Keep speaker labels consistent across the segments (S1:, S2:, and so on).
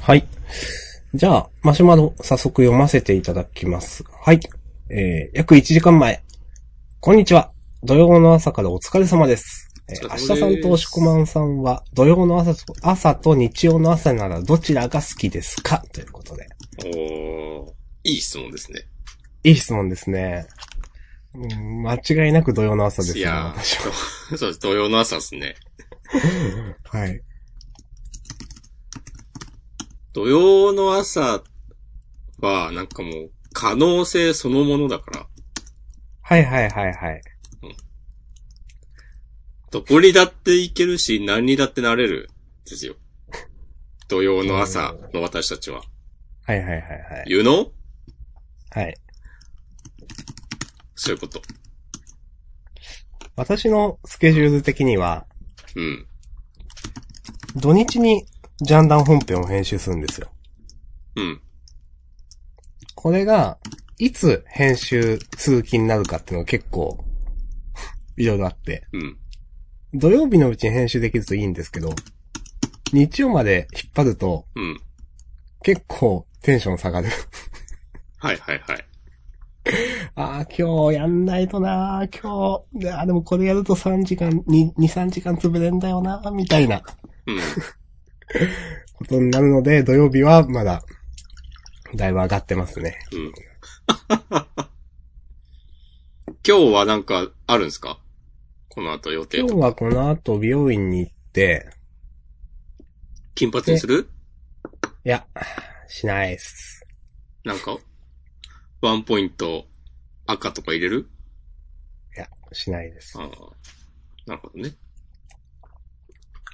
S1: はい。じゃあ、マシュマロ、早速読ませていただきます。はい。えー、約1時間前。こんにちは。土曜の朝からお疲れ様です。えー、
S2: お
S1: 明日
S2: 疲れ様です
S1: さんと押しこまんさんは、土曜の朝と、朝と日曜の朝ならどちらが好きですかということで。
S2: おーいい質問ですね。
S1: いい質問ですね。うん間違いなく土曜の朝ですね。
S2: いや
S1: 私は。
S2: ー、そうです。同様の朝ですね。
S1: はい。
S2: 土曜の朝は、なんかもう、可能性そのものだから、
S1: はいはいはいはい。
S2: どこにだって行けるし、何にだってなれる、ですよ。土曜の朝の私たちは。
S1: はいはいはいはい。
S2: You know?
S1: はい。
S2: そういうこと。
S1: 私のスケジュール的には、
S2: うん。
S1: 土日にジャンダン本編を編集するんですよ。
S2: うん。
S1: これが、いつ編集する気になるかっていうのが結構、いろいろあって。
S2: うん。
S1: 土曜日のうちに編集できるといいんですけど、日曜まで引っ張ると
S2: うん。
S1: 結構テンション下がる。
S2: はいはいはい。
S1: ああ、今日やんないとなー、今日、ああ、でもこれやると3時間、2、2 3時間潰れんだよなー、みたいな
S2: うん。
S1: ことになるので、土曜日はまだ、だいぶ上がってますね。
S2: うん。 今日はなんかあるんですかこの後予定
S1: 今。日はこの後美容院に行って、
S2: 金髪にする
S1: いや、しないっす。
S2: なんか、ワンポイント赤とか入れる
S1: いや、しないです
S2: あ。あ。なるほどね。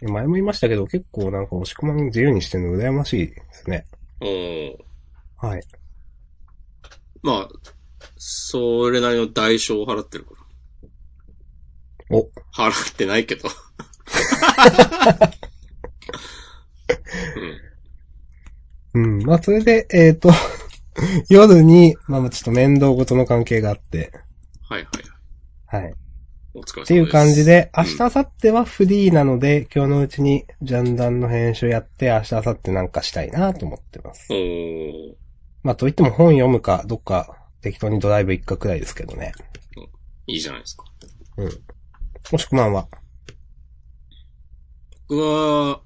S1: 前も言いましたけど、結構なんか押し込まん自由にしてるの羨ましいですね。
S2: おー
S1: はい。
S2: まあ、それなりの代償を払ってるか
S1: お、
S2: ら。払ってないけど。うん。
S1: うん。まあ、それで、えっ、と、 夜に、まあまあちょっと面倒ごとの関係があって、
S2: はいはい。
S1: はい。
S2: お疲れ様です。
S1: っていう感じ。で、
S2: う
S1: 明
S2: です
S1: 日、明後日はフリーなので、今日のうちにジャンダンの編集やって、明日、明後日なんかしたいなと思ってます
S2: お。ー
S1: まあ、といっても本読むか、どっか適当にドライブ行くかくらいですけどね。
S2: いいじゃないですか。
S1: もしくまんは。
S2: 僕は、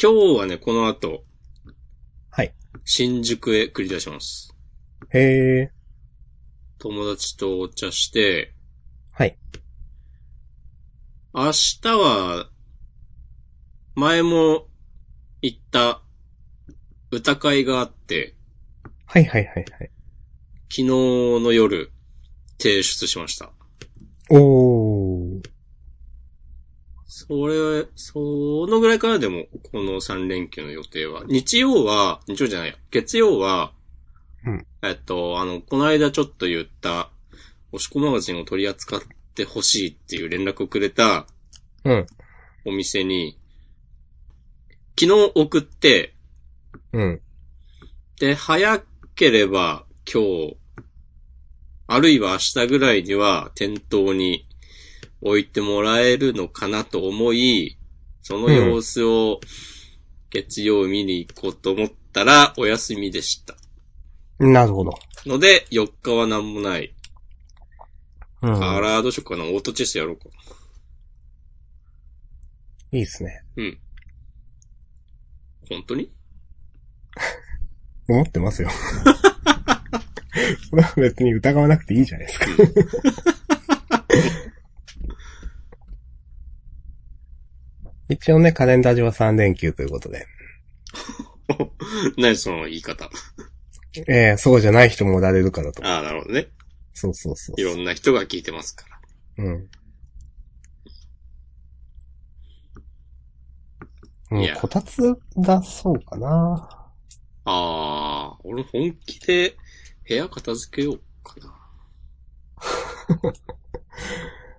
S2: 今日はね、この後、
S1: はい。
S2: 新宿へ繰り出します。
S1: へえ。
S2: 友達とお茶して、
S1: はい。
S2: 明日は、前も言った歌会があって、
S1: はいはいはいはい。
S2: 昨日の夜、提出しました。
S1: おー。
S2: それ、そのぐらいからでも、この3連休の予定は。日曜は、日曜じゃないや、月曜は、
S1: うん
S2: えっと、あの、この間ちょっと言った、押し込マガジンを取り扱ってほしいっていう連絡をくれた
S1: うん。
S2: お店に、昨日送って、
S1: うん。
S2: で、早ければ今日、あるいは明日ぐらいには店頭に置いてもらえるのかなと思い、その様子を月曜見に行こうと思ったらお休みでした。
S1: なるほど。
S2: ので、4日は何もない。
S1: うん。
S2: あら、どうしようかな。オートチェスやろうか。
S1: いいっすね。
S2: うん。本当に
S1: 思ってますよ。これは別に疑わなくていいじゃないですか。一応ね、カレンダー上は3連休ということで。
S2: 何その言い方。
S1: ええそうじゃない人もおられるからと。
S2: ああ、なるほどね。
S1: そうそうそう
S2: いろんな人が聞いてますから。
S1: うん。うん
S2: いや、
S1: こたつだそうかな。
S2: ああ、俺本気で部屋片付けようかな。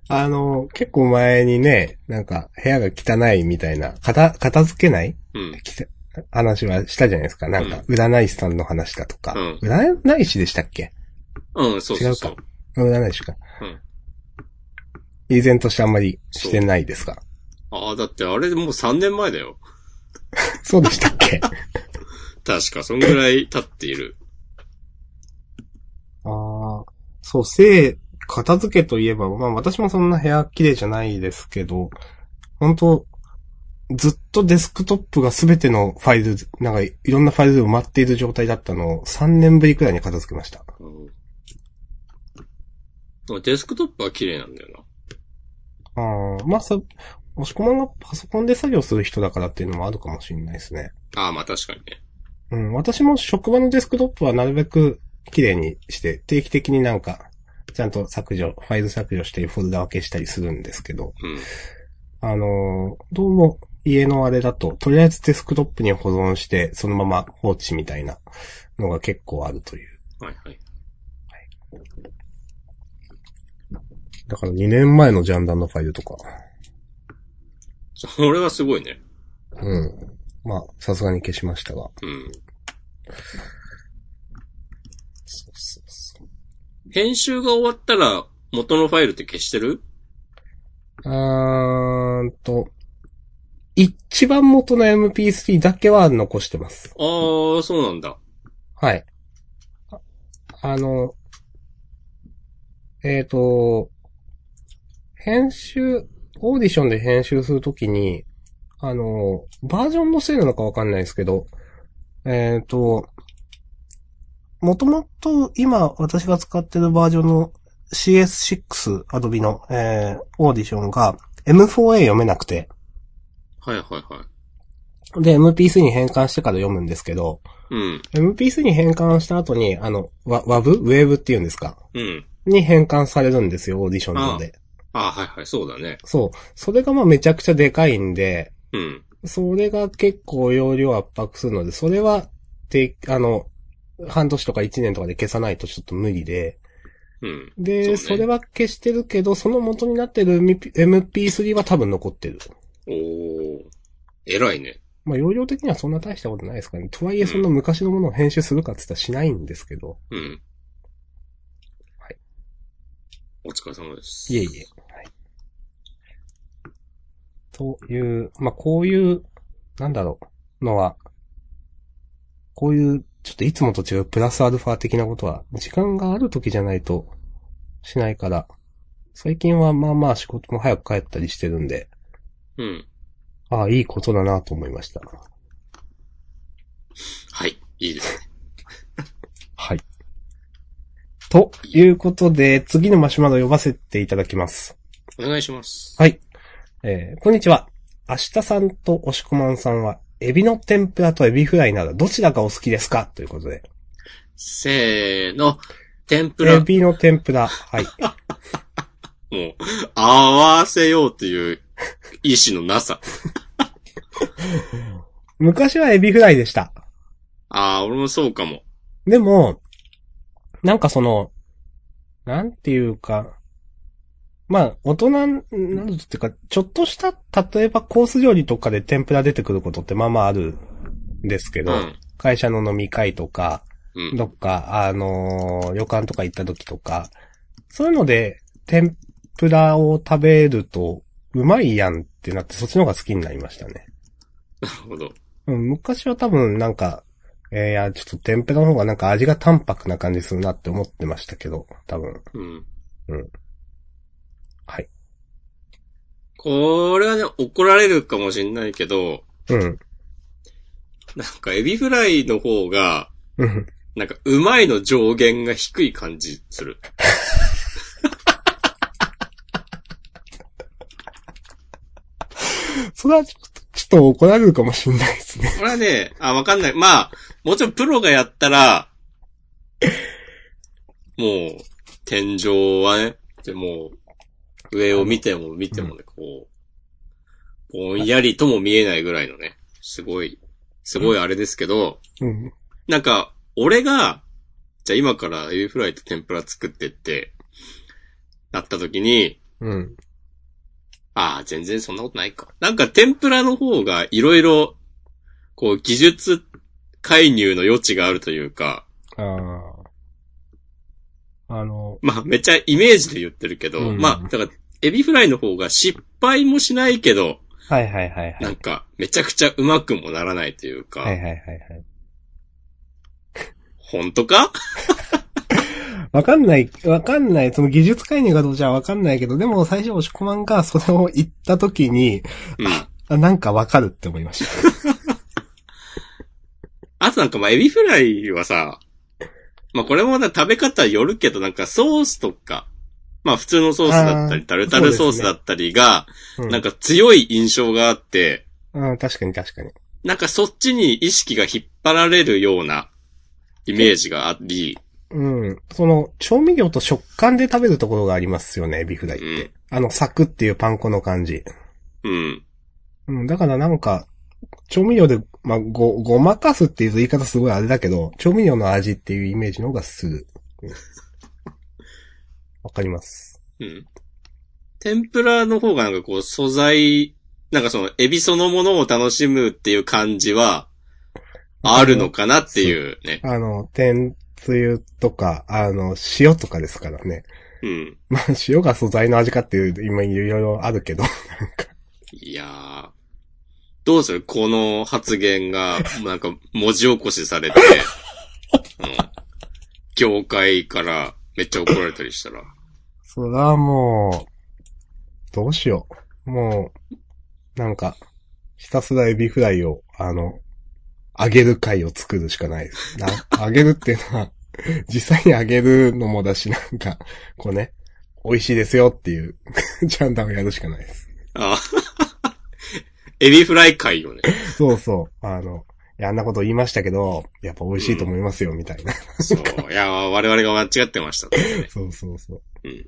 S1: あの、結構前にね、なんか、部屋が汚いみたいな、片、片付けない
S2: うん。
S1: きて話はしたじゃないですか。なんか、占い師さんの話だとか。
S2: う
S1: 占い師でしたっけ
S2: うん、そうそうそ
S1: 違
S2: う。
S1: 占い師か。
S2: うん
S1: 依然としてあんまりしてないですが。
S2: ああ、だってあれもう3年前だよ。
S1: そうでしたっけ
S2: 確か、そんぐらい経っている。
S1: ああ、そう、性、片付けといえば、まあ私もそんな部屋綺麗じゃないですけど、本当ずっとデスクトップが全てのファイル、なんかいろんなファイルで埋まっている状態だったのを3年ぶりくらいに片付けました。
S2: うんデスクトップは綺麗なんだよ
S1: ああ、まあさ、押し込まんがパソコンで作業する人だからっていうのもあるかもしれないですね。
S2: な。ああ、まあ確かにね。
S1: うん、私も職場のデスクトップはなるべく綺麗にして、定期的になんか、ちゃんと削除、ファイル削除してフォルダ分けしたりするんですけど、
S2: うん。
S1: あのーどうも家のあれだと、とりあえずデスクトップに保存して、そのまま放置みたいなのが結構あるという。
S2: はいはい。
S1: だから2年前のジャンダンのファイルとか。
S2: それはすごいね。
S1: うん。まあ、さすがに消しましたが。
S2: うん。
S1: そうそうそう。
S2: 編集が終わったら元のファイルって消してる
S1: うーんと、一番元の MP3 だけは残してます。
S2: ああ、そうなんだ。
S1: はい。ああの、えっ、と、編集、オーディションで編集するときに、あの、バージョンのせいなのかわかんないですけど、えっ、と、もともと今私が使ってるバージョンの CS6 Adobe の、えーオーディションが M4A 読めなくて、
S2: はいはいはい。
S1: で MP3 に変換してから読むんですけど、
S2: うん。
S1: MP3 に変換した後に、あの、わ WAV? ウェーブっていうんですか
S2: うん。
S1: に変換されるんですよ、オーディションなので。
S2: ああ、はいはい、そうだね。
S1: そう。それがまあめちゃくちゃでかいんで、
S2: うん。
S1: それが結構容量圧迫するので、それは、て、あの、半年とか1年とかで消さないとちょっと無理で。
S2: うん。
S1: で、
S2: そう
S1: そ,、
S2: ね
S1: れは消してるけど、その元になってる MP- MP3 は多分残ってる。
S2: おー。偉いね。
S1: まあ容量的にはそんな大したことないですかね。とはいえそんな昔のものを編集するかって言ったらしないんですけど。
S2: うん。
S1: はい。
S2: お疲れ様です。
S1: いえいえ。はい。という、まあ、こういう、なんだろう、のは、こういう、ちょっといつもと違うプラスアルファ的なことは、時間がある時じゃないと、しないから、最近はまあまあ仕事も早く帰ったりしてるんで、
S2: うん。
S1: ああ、いいことだなと思いました。
S2: はい。いいですね。
S1: はい。ということで、次のマシュマロ読ませていただきます。
S2: お願いします。
S1: はい。えーこんにちは。明日さんと押しこまんさんは、エビの天ぷらとエビフライならどちらがお好きですかということで。
S2: せーの。天ぷら。
S1: エ
S2: もう、
S1: ビの天ぷら。はい。
S2: 合わせようという意志のなさ。
S1: 昔はエビフライでした。
S2: ああ、俺もそうかも。
S1: でも、なんかその、なんていうか、まあ、大人になるっていうか、ちょっとした、例えばコース料理とかで天ぷら出てくることってまあまああるんですけ
S2: う
S1: ど、
S2: ん。
S1: 会社の飲み会とか、
S2: うん。
S1: どっか、あのー旅館とか行った時とか、そういうので、天ぷらを食べると、うまいやんってなって、そっちの方が好きになりましたね。
S2: なるほど。
S1: うん、昔は多分なんか、えーいや、ちょっと天ぷらの方がなんか味が淡白な感じするなって思ってましたけど、多分。
S2: うん。
S1: うん。はい。
S2: これはね、怒られるかもしんないけど、
S1: うん。
S2: なんかエビフライの方が、
S1: うん。
S2: なんかうまいの上限が低い感じする。
S1: それはちょっと、ちょっと怒られるかもしんないですね。
S2: これはね、あ、わかんない。まあ、もちろんプロがやったら、もう、天井はね、でもう、上を見ても見てもね、こう、ぼんやりとも見えないぐらいのね、すごい、すごいあれですけど、
S1: うん。
S2: なんか、俺が、じゃあ今からエビフライと天ぷら作ってって、なった時に、
S1: うん。
S2: ああ、全然そんなことないか。なんか天ぷらの方がいろいろ、こう技術介入の余地があるというか、
S1: ああ。あの、
S2: まあめっちゃイメージで言ってるけど、
S1: うん
S2: まあ、だからエビフライの方が失敗もしないけど、
S1: はいはいはいはい。
S2: なんか、めちゃくちゃうまくもならないというか、
S1: はいはいはいはい。
S2: 本当か
S1: わかんない、わかんない、その技術介入がどうじゃわかんないけど、でも最初、押し込まんがそれを言った時に、
S2: うん。
S1: あ、なんかわかるって思いました。
S2: あとなんかまあ、エビフライはさ、まあこれもな食べ方よるけど、なんかソースとか、まあ普通のソースだった
S1: あ
S2: り、
S1: ー
S2: タルタルソースだったりが、
S1: うん、
S2: なんか強い印象があって、
S1: うん、確かに確かに。
S2: なんかそっちに意識が引っ張られるようなイメージがあり、
S1: うん。その、調味料と食感で食べるところがありますよね、エビフライっ
S2: う
S1: て。
S2: ん。
S1: あの、サクっていうパン粉の感じ。
S2: うん。
S1: うん、だからなんか、調味料で、まあ、ご、ごまかすっていう言い方すごいあれだけど、調味料の味っていうイメージの方がする。うんわかります。
S2: うん。天ぷらの方がなんかこう素材、なんかそのエビそのものを楽しむっていう感じは、あるのかなっていうね。
S1: あの、天つゆとか、あの、塩とかですからね。
S2: うん。
S1: まあ、塩が素材の味かっていう、今いろいろあるけど。
S2: いやー。どうするこの発言が、なんか、文字起こしされて、うん。業界からめっちゃ怒られたりしたら。
S1: それはもう、どうしよう。もう、なんか、ひたすらエビフライを、あの、揚げる会を作るしかないです。な 揚げるっていうのは、実際に揚げるのもだし、なんか、こうね、美味しいですよっていう、 ジャンダムやるしかないです。
S2: あ エビフライ会よね。
S1: そうそう、あの、いやあんなこと言いましたけど、やっぱ美味しいと思いますよ、みたいな。
S2: そう。いやー、我々が間違ってました、ね。
S1: そうそうそう。
S2: うん。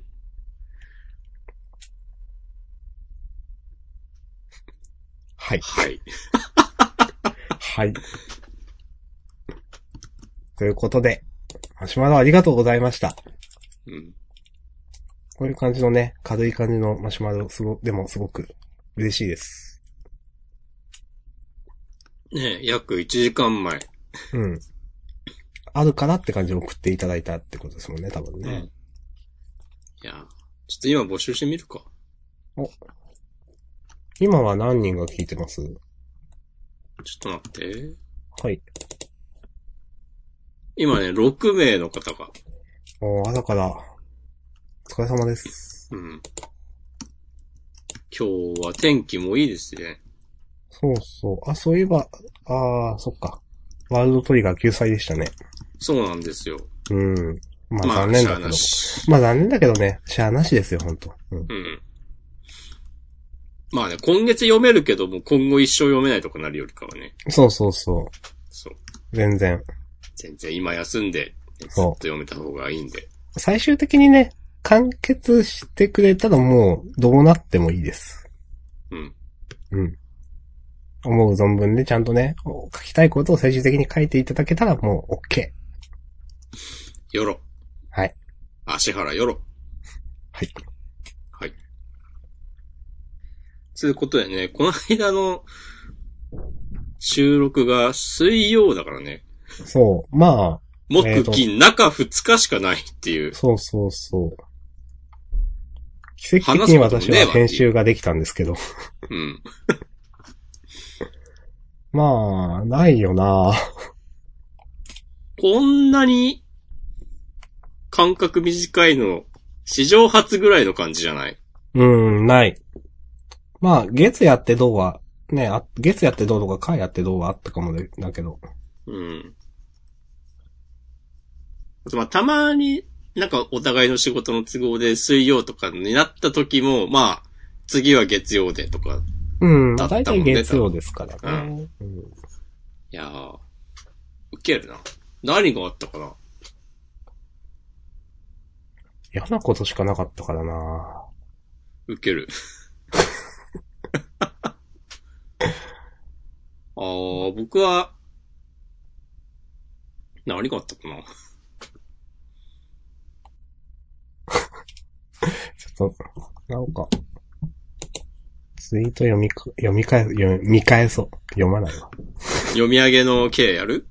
S1: はい。
S2: はい。
S1: はい。ということで、マシュマロありがとうございました。
S2: うん。
S1: こういう感じのね、軽い感じのマシュマロ、すご、でもすごく嬉しいです。
S2: ね約1時間前。
S1: うん。あるからって感じで送っていただいたってことですもんね、多分
S2: うん
S1: ね。。
S2: いやー、ちょっと今募集してみるか。
S1: 今は何人が聞いてます
S2: ちょっと待って。
S1: はい。
S2: 今ね、6名の方が。
S1: おー朝から、お疲れ様です。
S2: うん。今日は天気もいいですね。
S1: そうそう。あ、そういえば、あー、そっか。ワールドトリガー救済でしたね。
S2: そうなんですよ。
S1: うん。まあ
S2: まあ、
S1: 残念だけ
S2: しゃあ
S1: ど
S2: な。し
S1: まあ残念だけどね、しゃあなしですよ、ほんと。うん。
S2: うん。まあね、今月読めるけども、今後一生読めないとかなるよりかはね。
S1: そうそうそう。
S2: そう。
S1: 全然。
S2: 全然今休んで、ずっ
S1: そう
S2: と読めた方がいいんで。
S1: 最終的にね、完結してくれたらもう、どうなってもいいです。
S2: うん。
S1: うん。思う存分でちゃんとね、お書きたいことを最終的に書いていただけたらもう OK。
S2: よろ。
S1: はい。
S2: 足原よろ。
S1: はい。
S2: はい。つうことでね、この間の収録が水曜だからね、
S1: そう。まえ
S2: 木
S1: ーと
S2: 金中2日しかないっていう
S1: あ、。そうそうそう。奇跡的に私は編集ができたんですけど。
S2: うん。
S1: まあ、ないよな
S2: こんなに間隔短いの、史上初ぐらいの感じじゃない
S1: うん、ない。まあ、月やってどうは、ね、あ月やってどうとか、火やってどうはあったかもでだけど。
S2: うん。あとまあ、たまに、なんかお互いの仕事の都合で水曜とかになった時も、まあ、次は月曜でとか。
S1: うん、
S2: だ
S1: だ
S2: ったも
S1: い
S2: んね
S1: たい月曜ですからね。うん
S2: いやー、ウケるな。何があったかな
S1: 嫌なことしかなかったからな
S2: ウケる。 あー、僕は、何があったかな
S1: ちょっと、なんか、ツイート読みか、読み返す、読み見返そう。読まないわ。
S2: 読み上げの K やる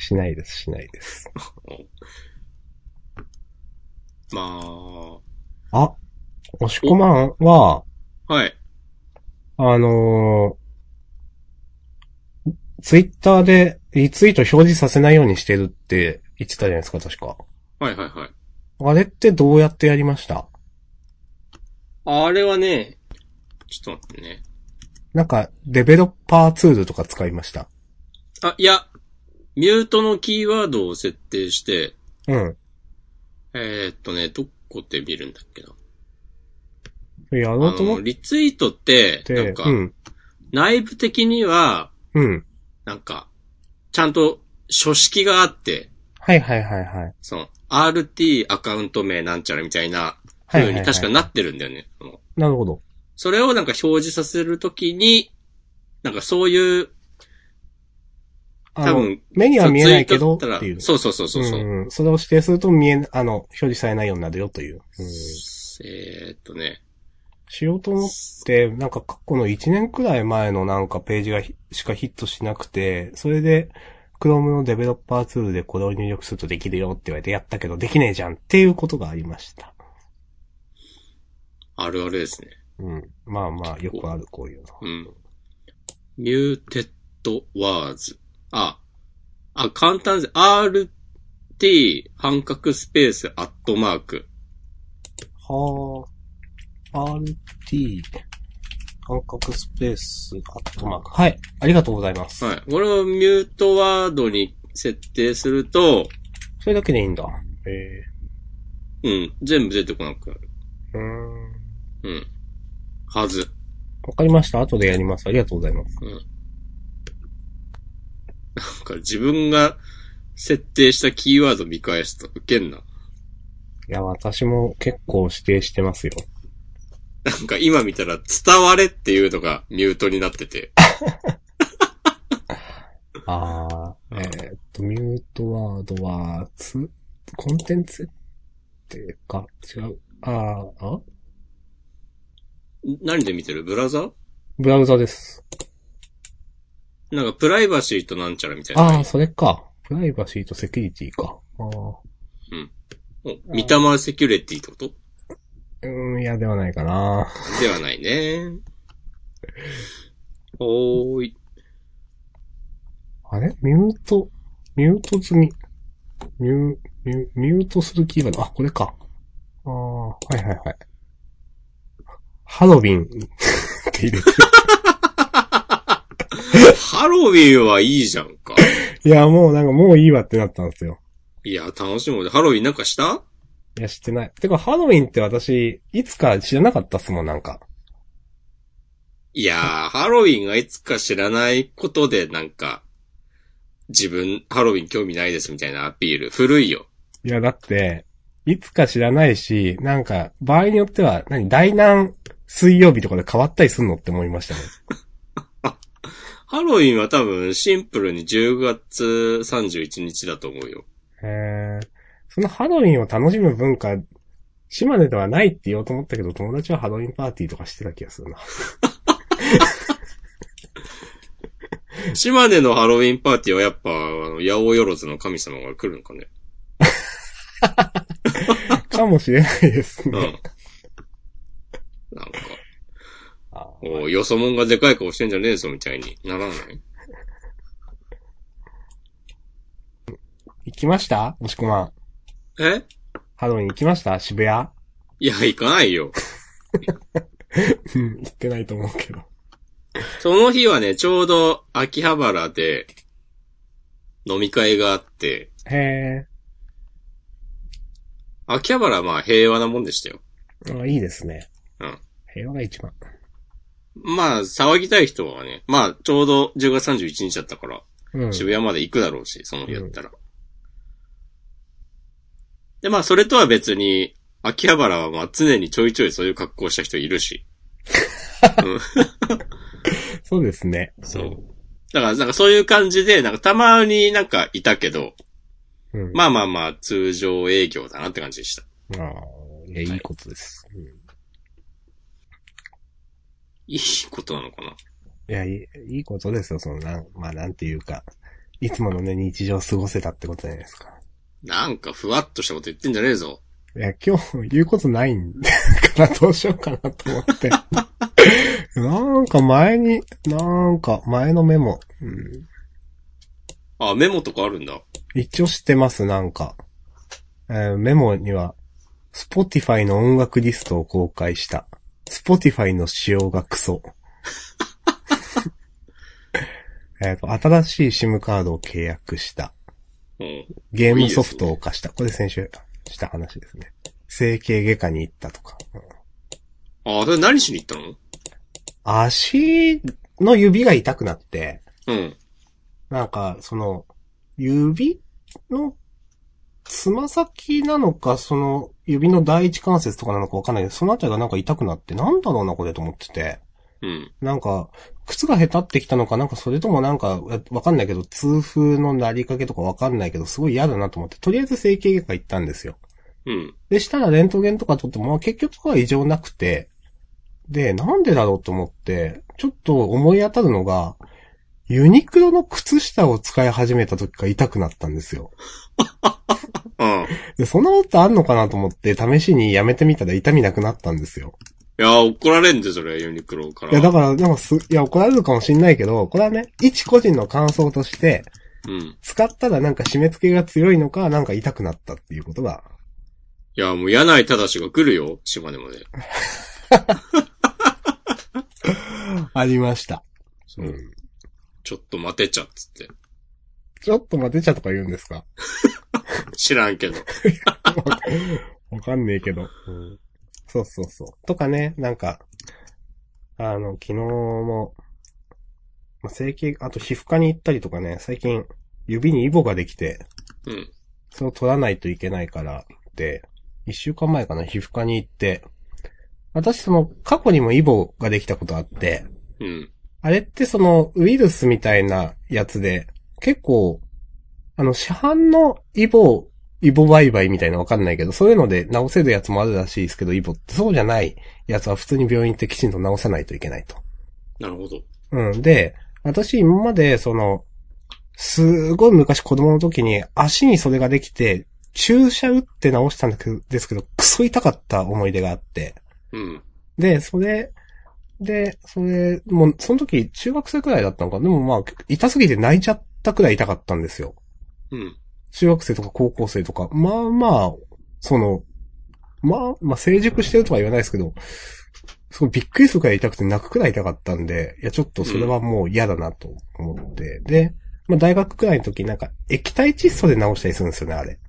S1: しないです、しないです。
S2: まあ、
S1: あ、押し込まんは、
S2: はい。
S1: あのーツイッターでリツイート表示させないようにしてるって言ってたじゃないですか、確か。
S2: はいはいはい。
S1: あれってどうやってやりました
S2: あれはね、ちょっと待ってね。
S1: なんか、デベロッパーツールとか使いました。
S2: あ、いや、ミュートのキーワードを設定して、
S1: うん。
S2: えー、っとね、どこで見るんだっけな。
S1: やろ
S2: あ
S1: うと思
S2: の、
S1: っ
S2: リツイートって、
S1: て、
S2: なんか
S1: う、ん。
S2: 内部的には、
S1: うん。
S2: なんか、ちゃんと書式があって、
S1: はいはいはいはい。
S2: その、RT アカウント名なんちゃらみたいな
S1: はいは
S2: 風
S1: い、は
S2: に
S1: い。
S2: 確かなってるんだよね。その
S1: なるほど。
S2: それをなんか表示させるときに、なんかそういう、
S1: あ
S2: 多
S1: の、
S2: 分、
S1: 目には見えないけ
S2: そ
S1: ど
S2: うツイー
S1: って
S2: トだっ
S1: い
S2: たら
S1: う。
S2: そうそうそうそう。う
S1: うん。それを指定すると見えん、あの、表示されないようになるよという。うん。
S2: えーっとね。
S1: しようと思って、なんか過去の1年くらい前のなんかページがひしかヒットしなくて、それで、Chrome のデベロッパーツールでこれを入力するとできるよって言われてやったけどできねえじゃんっていうことがありました。
S2: あるあるですね。
S1: うん。まあまあ、よくあるこういうの。
S2: うん。ミューテッドワーズ。あ、あ、簡単です。RT 半角スペースアットマーク。
S1: はあ。RT、半角スペース、アットマーク。はい。ありがとうございます。
S2: はい。これをミュートワードに設定すると、
S1: それだけでいいんだ。へえ
S2: うん、全部出てこなくなる。
S1: うーん。
S2: うん。はず。
S1: わかりました。後でやります。ありがとうございます。
S2: なんか自分が設定したキーワード見返すとウケんな。
S1: いや、私も結構指定してますよ。
S2: なんか今見たら伝われっていうのがミュートになってて。
S1: ああ、えーっと、ミュートワードは、つ、コンテンツっていうか、違う。あーあ、
S2: 何で見てるブラウザ
S1: ブラウザです。
S2: なんかプライバシーとなんちゃらみたいな。
S1: ああ、それか。プライバシーとセキュリティか。ああ。
S2: お三玉セキュリティってこと
S1: うん、いや、ではないかな。
S2: ではないね。おーい。
S1: あれミュート、ミュート済み。ミュー、ミュー、ミュートするキーワード。あ、これか。ああ、はいはいはい。ハロウィン って入れて。
S2: ハロウィンはいいじゃんか。
S1: いや、もうなんかもういいわってなったんですよ。
S2: いや、楽しもうで。ハロウィンなんかした
S1: いや、知ってない。てか、ハロウィンって私、いつか知らなかったっすもん、なんか。
S2: いやー、ハロウィンがいつか知らないことで、なんか、自分、ハロウィン興味ないですみたいなアピール。古いよ。
S1: いや、だって、いつか知らないし、なんか、場合によっては、何、大難水曜日とかで変わったりすんのって思いましたね。
S2: ハロウィンは多分シンプルに10月31日だと思うよ。
S1: へーそのハロウィンを楽しむ文化、島根ではないって言おうと思ったけど、友達はハロウィンパーティーとかしてた気がするな。
S2: 島根のハロウィンパーティーはやっぱ、あの、八百万の神様が来るのかね。
S1: かもしれないです
S2: うん。
S1: ね。
S2: なんか、
S1: あ
S2: おうよそもんがでかい顔してんじゃねえぞみたいにならない
S1: 行きましたもしくは、
S2: え
S1: ハロウィン行きました渋谷
S2: いや、行かないよ。
S1: うん、行ってないと思うけど。
S2: その日はね、ちょうど秋葉原で飲み会があって、
S1: へ
S2: 秋葉原はまあ平和なもんでしたよ。
S1: ーあいいですね。
S2: うん。
S1: 平和が一番。
S2: まあ、騒ぎたい人はね、まあ、ちょうど10月31日だったから、
S1: うん。
S2: 渋谷まで行くだろうし、その日だったら。で、まあ、それとは別に、秋葉原はまあ常にちょいちょいそういう格好をした人いるし。
S1: そうですね。
S2: そう。だから、なんかそういう感じで、なんかたまになんかいたけど、
S1: うん。
S2: まあまあまあ通常営業だなって感じでした。
S1: ああ、いや、いいことです。うん
S2: いいことなのかない
S1: や、いい、いいことですよ、その、なん、まあ、なんていうか、いつものね、日常を過ごせたってことじゃないですか。
S2: なんかふわっとしたこと言ってんじゃねえぞ。
S1: いや、今日、言うことないんで、からどうしようかなと思って。なんか前に、なんか前のメモ、うん
S2: あ、メモとかあるんだ。
S1: 一応してます、なんか。えーメモには、Spotify の音楽リストを公開した。Spotify の仕様がクソ。 えっと、新しい SIM カードを契約した。
S2: うん。
S1: ゲームソフトを貸した。これ先週した話ですね。整形外科に行ったとか。うん
S2: あ、それ何しに行ったの
S1: 足の指が痛くなって、
S2: うん。
S1: なんか、その、指の、つま先なのか、その、指の第一関節とかなのかわかんないけど、そのあたりがなんか痛くなって、なんだろうな、これと思ってて。
S2: うん。
S1: なんか、靴が下手ってきたのか、なんかそれともなんか、えわかんないけど、痛風のなりかけとかわかんないけど、すごい嫌だなと思って、とりあえず整形外科行ったんですよ。
S2: うん。
S1: で、したらレントゲンとか撮っても、まあ結局は異常なくて、で、なんでだろうと思って、ちょっと思い当たるのが、ユニクロの靴下を使い始めた時から痛くなったんですよ。
S2: うん。
S1: で、そんなことあんのかなと思って、試しにやめてみたら痛みなくなったんですよ。
S2: いやー、怒られんで、それ、ユニクロから。
S1: いや、だから、なんかす、いや、怒られるかもしんないけど、これはね、一個人の感想として、
S2: うん。い
S1: 使ったらなんか締め付けが強いのか、なんか痛くなったっていうことが、
S2: や、もう、柳井正が来るよ、島根まで。
S1: ありました。
S2: そう。ちょっと待てちゃ、つって。
S1: ちょっと待てちゃとか言うんですか
S2: 知らんけど。
S1: わかんねえけど。そうそうそう。とかね、なんか、あの、昨日も、まあ、整形、あと皮膚科に行ったりとかね、最近、指にイボができて、
S2: うん。
S1: それを取らないといけないから、で、一週間前かな、皮膚科に行って、私その、過去にもイボができたことあって、
S2: うん。
S1: あれってその、ウイルスみたいなやつで、結構、あの、市販のイボ、イボ売買みたいなのわかんないけど、そういうので治せるやつもあるらしいですけど、イボってそうじゃないやつは普通に病院行ってきちんと治さないといけないと。
S2: なるほど。
S1: うん。で、私今まで、その、すごい昔子供の時に足にそれができて、注射打って治したんだけどですけど、クソ痛かった思い出があって。
S2: うん。
S1: で、それ、で、それ、もう、その時、中学生くらいだったのか。でもまあ、痛すぎて泣いちゃったくらい痛かったんですよ。
S2: うん。
S1: 中学生とか高校生とか。まあまあ、その、まあ、まあ、成熟してるとは言わないですけど、すごいびっくりするくらい痛くて泣くくらい痛かったんで、いや、ちょっとそれはもう嫌だなと思って。で、まあ、大学くらいの時なんか、液体窒素で治したりするんですよね、あれ。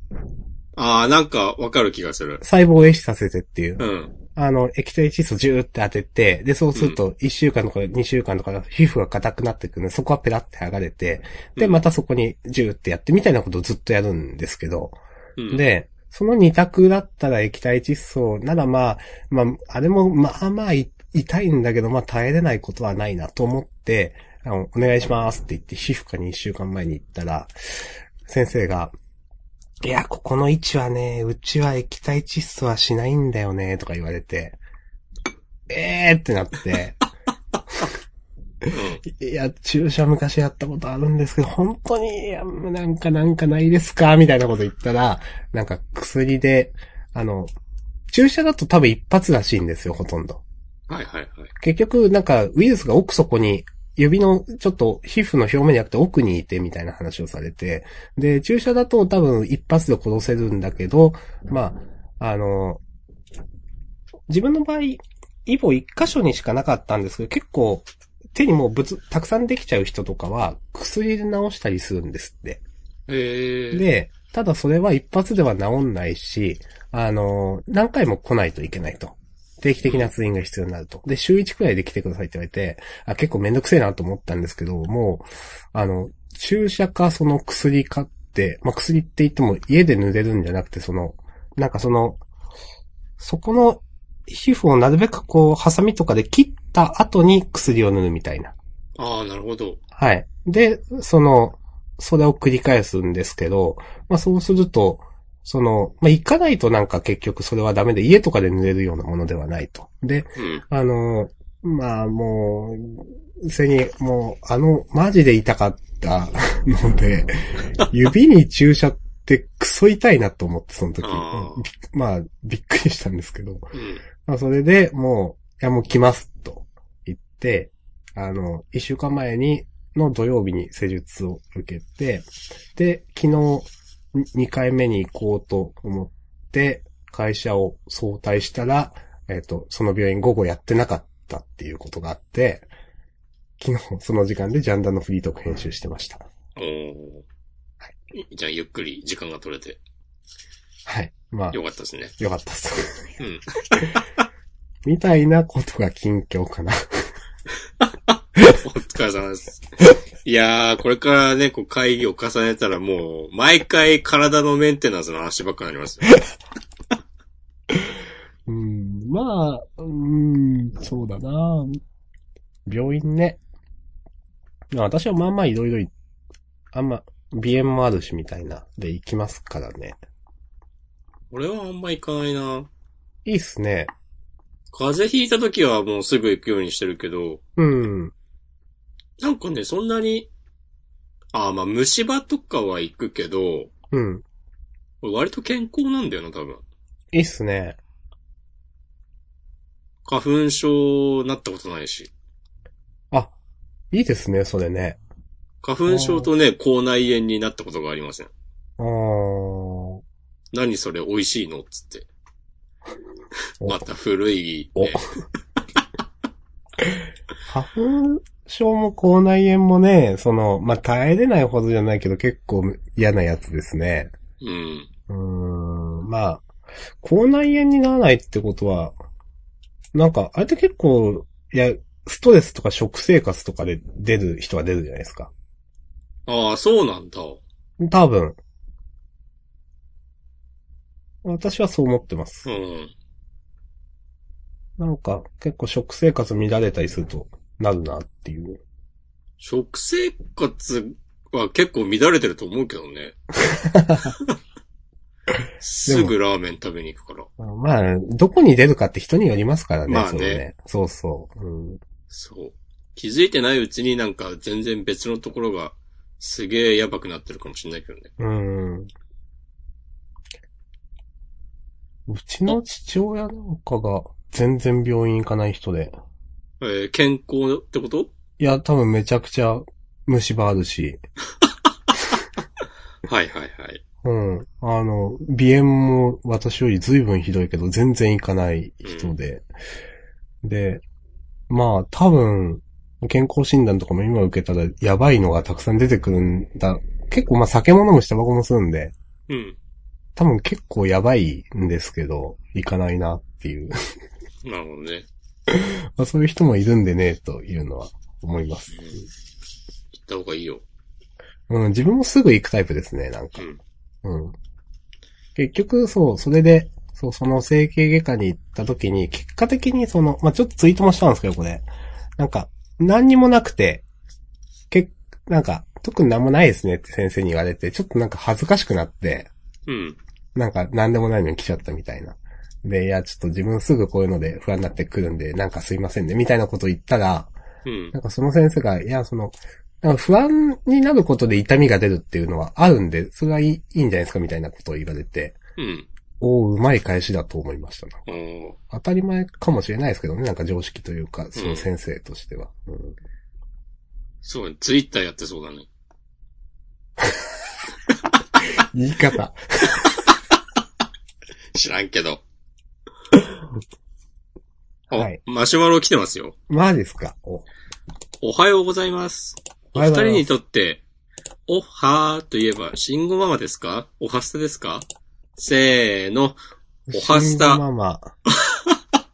S2: あー、なんか、わかる気がする。
S1: 細胞を壊死させてっていう。
S2: うん。
S1: あの、液体窒素ジューって当てて、で、そうすると、1週間とか2週間とか、皮膚が硬くなってくるので、そこはペラって剥がれて、で、
S2: うん
S1: またそこにジューってやって、みたいなことをずっとやるんですけど、
S2: うん。
S1: で、その2択だったら液体窒素ならまあ、まあ、あれも、まあまあい、痛いんだけど、まあ耐えれないことはないなと思って、あの、お願いしますって言って、皮膚科に1週間前に行ったら、先生が、いや、ここの位置はね、うちは液体窒素はしないんだよね、とか言われて、えーってなって、
S2: うん。
S1: いや、注射昔やったことあるんですけど、本当に、いやなんかなんかないですかみたいなこと言ったら、なんか薬で、あの、注射だと多分一発らしいんですよ、ほとんど。
S2: はいはいはい。
S1: 結局、なんかウイルスが奥底に、指のちょっと皮膚の表面じゃなくて奥にいてみたいな話をされて、で、注射だと多分一発で殺せるんだけど、まあ、あの、自分の場合、イボ一箇所にしかなかったんですけど、結構手にもうぶつ、たくさんできちゃう人とかは薬で治したりするんですって。
S2: えー。、
S1: で、ただそれは一発では治んないし、あの、何回も来ないといけないと。定期的な通院が必要になると。で、週1くらいで来てくださいって言われて、あ結構めんどくせえなと思ったんですけど、もう、あの、注射かその薬かって、まあ、薬って言っても家で塗れるんじゃなくて、その、なんかその、そこの皮膚をなるべくこう、ハサミとかで切った後に薬を塗るみたいな。
S2: あー、なるほど。
S1: はい。で、その、それを繰り返すんですけど、まあそうすると、その、まあ行かないとなんか結局それはダメで、家とかで塗れるようなものではないと。で、
S2: うん。
S1: あの、まあもう、それに、もう、あの、マジで痛かったので、指に注射ってクソ痛いなと思って、その時。
S2: あー
S1: びっまあ、びっくりしたんですけど。
S2: うん。
S1: まあ、それでもう、やもう来ます、と言って、あの、一週間前に、の土曜日に施術を受けて、で、昨日、に2回目に行こうと思って、会社を早退したら、えっ、と、その病院午後やってなかったっていうことがあって、昨日その時間でジャンダンのフリートーク編集してました。
S2: おお、じゃあ、ゆっくり時間が取れて、
S1: はい。まあ、
S2: よかったですね。
S1: よかったっす。
S2: うん。
S1: みたいなことが近況かな。
S2: お疲れ様です。いやー、これからね、こう会議を重ねたらもう、毎回体のメンテナンスの話ばっかりになりますよ。
S1: うん、まあ、うん、そうだな病院ね。まあ私はまあまあいろいろ、あんま、鼻炎もあるしみたいな、で行きますからね。
S2: 俺はあんま行かないな。
S1: いいっすね。
S2: 風邪ひいた時はもうすぐ行くようにしてるけど、
S1: うん。
S2: なんかね、そんなに、あーまあ虫歯とかは行くけど、
S1: うん。
S2: 俺割と健康なんだよな、多分。
S1: いいっすね。
S2: 花粉症なったことないし。
S1: あ、いいですね、それね。
S2: 花粉症とね、口内炎になったことがありません。
S1: あー。お
S2: 何それ美味しいのつって。また古い、
S1: お
S2: ね。
S1: 花粉症も口内炎もね、その、まあ、耐えれないほどじゃないけど結構嫌なやつですね。
S2: うん。
S1: うーん、まあ、口内炎にならないってことは、なんか、あれって結構、いや、ストレスとか食生活とかで出る人は出るじゃないですか。
S2: ああ、そうなんだ。
S1: 多分。私はそう思ってます
S2: う。ん。
S1: なんか、結構食生活乱れたりすると、なるなっていう。
S2: 食生活は結構乱れてると思うけどね。すぐラーメン食べに行くから。
S1: まあ、どこに出るかって人によりますからね。
S2: まあね
S1: そのそうそう、うん。
S2: そう。気づいてないうちになんか全然別のところがすげえやばくなってるかもしれないけどね。
S1: うん。うちの父親なんかが全然病院行かない人で。
S2: えー健康ってこと
S1: いや、多分めちゃくちゃ虫歯あるし、
S2: はいはいはい。
S1: うん。あの、鼻炎も私より随分ひどいけど、全然行かない人で。で、まあ多分、健康診断とかも今受けたらやばいのがたくさん出てくるんだ。結構まあ酒も飲むしタバコも吸うんで、
S2: うん。
S1: 多分結構やばいんですけど、行かないなっていう。
S2: なるほどね。
S1: まあ、そういう人もいるんでね、というのは思います。
S2: うん。行った方がいいよ。
S1: うん、自分もすぐ行くタイプですね、なんか。
S2: うん。
S1: うん。結局、そう、それで、そう、その整形外科に行った時に、結果的にその、まあ、ちょっとツイートもしたんですけど、これ。なんか、何にもなくて、け、なんか、特に何もないですねって先生に言われて、ちょっとなんか恥ずかしくなって、
S2: うん。
S1: なんか何でもないのに来ちゃったみたいな。で、いや、ちょっと自分すぐこういうので不安になってくるんで、なんかすいませんね、みたいなこと言ったら、
S2: うん
S1: な。んかその先生が、いや、その、なんか不安になることで痛みが出るっていうのはあるんで、それはいいいいんじゃないですかみたいなことを言われて、
S2: うん。
S1: おーうまい返しだと思いましたな。
S2: おー
S1: 当たり前かもしれないですけどね、なんか常識というか、その先生としては。うん
S2: そうね。ツイッターやってそうだね。
S1: 言い方。
S2: 知らんけど。あ、
S1: はい
S2: マシュマロ来てますよ。
S1: マジですかお。
S2: おはようございます。
S1: お
S2: お
S1: は
S2: 二
S1: ようご
S2: 人
S1: ざいます
S2: にとって、おはーといえば、慎吾ママですかおはスタですかせーの、おはス
S1: 慎吾
S2: タ。
S1: ママ。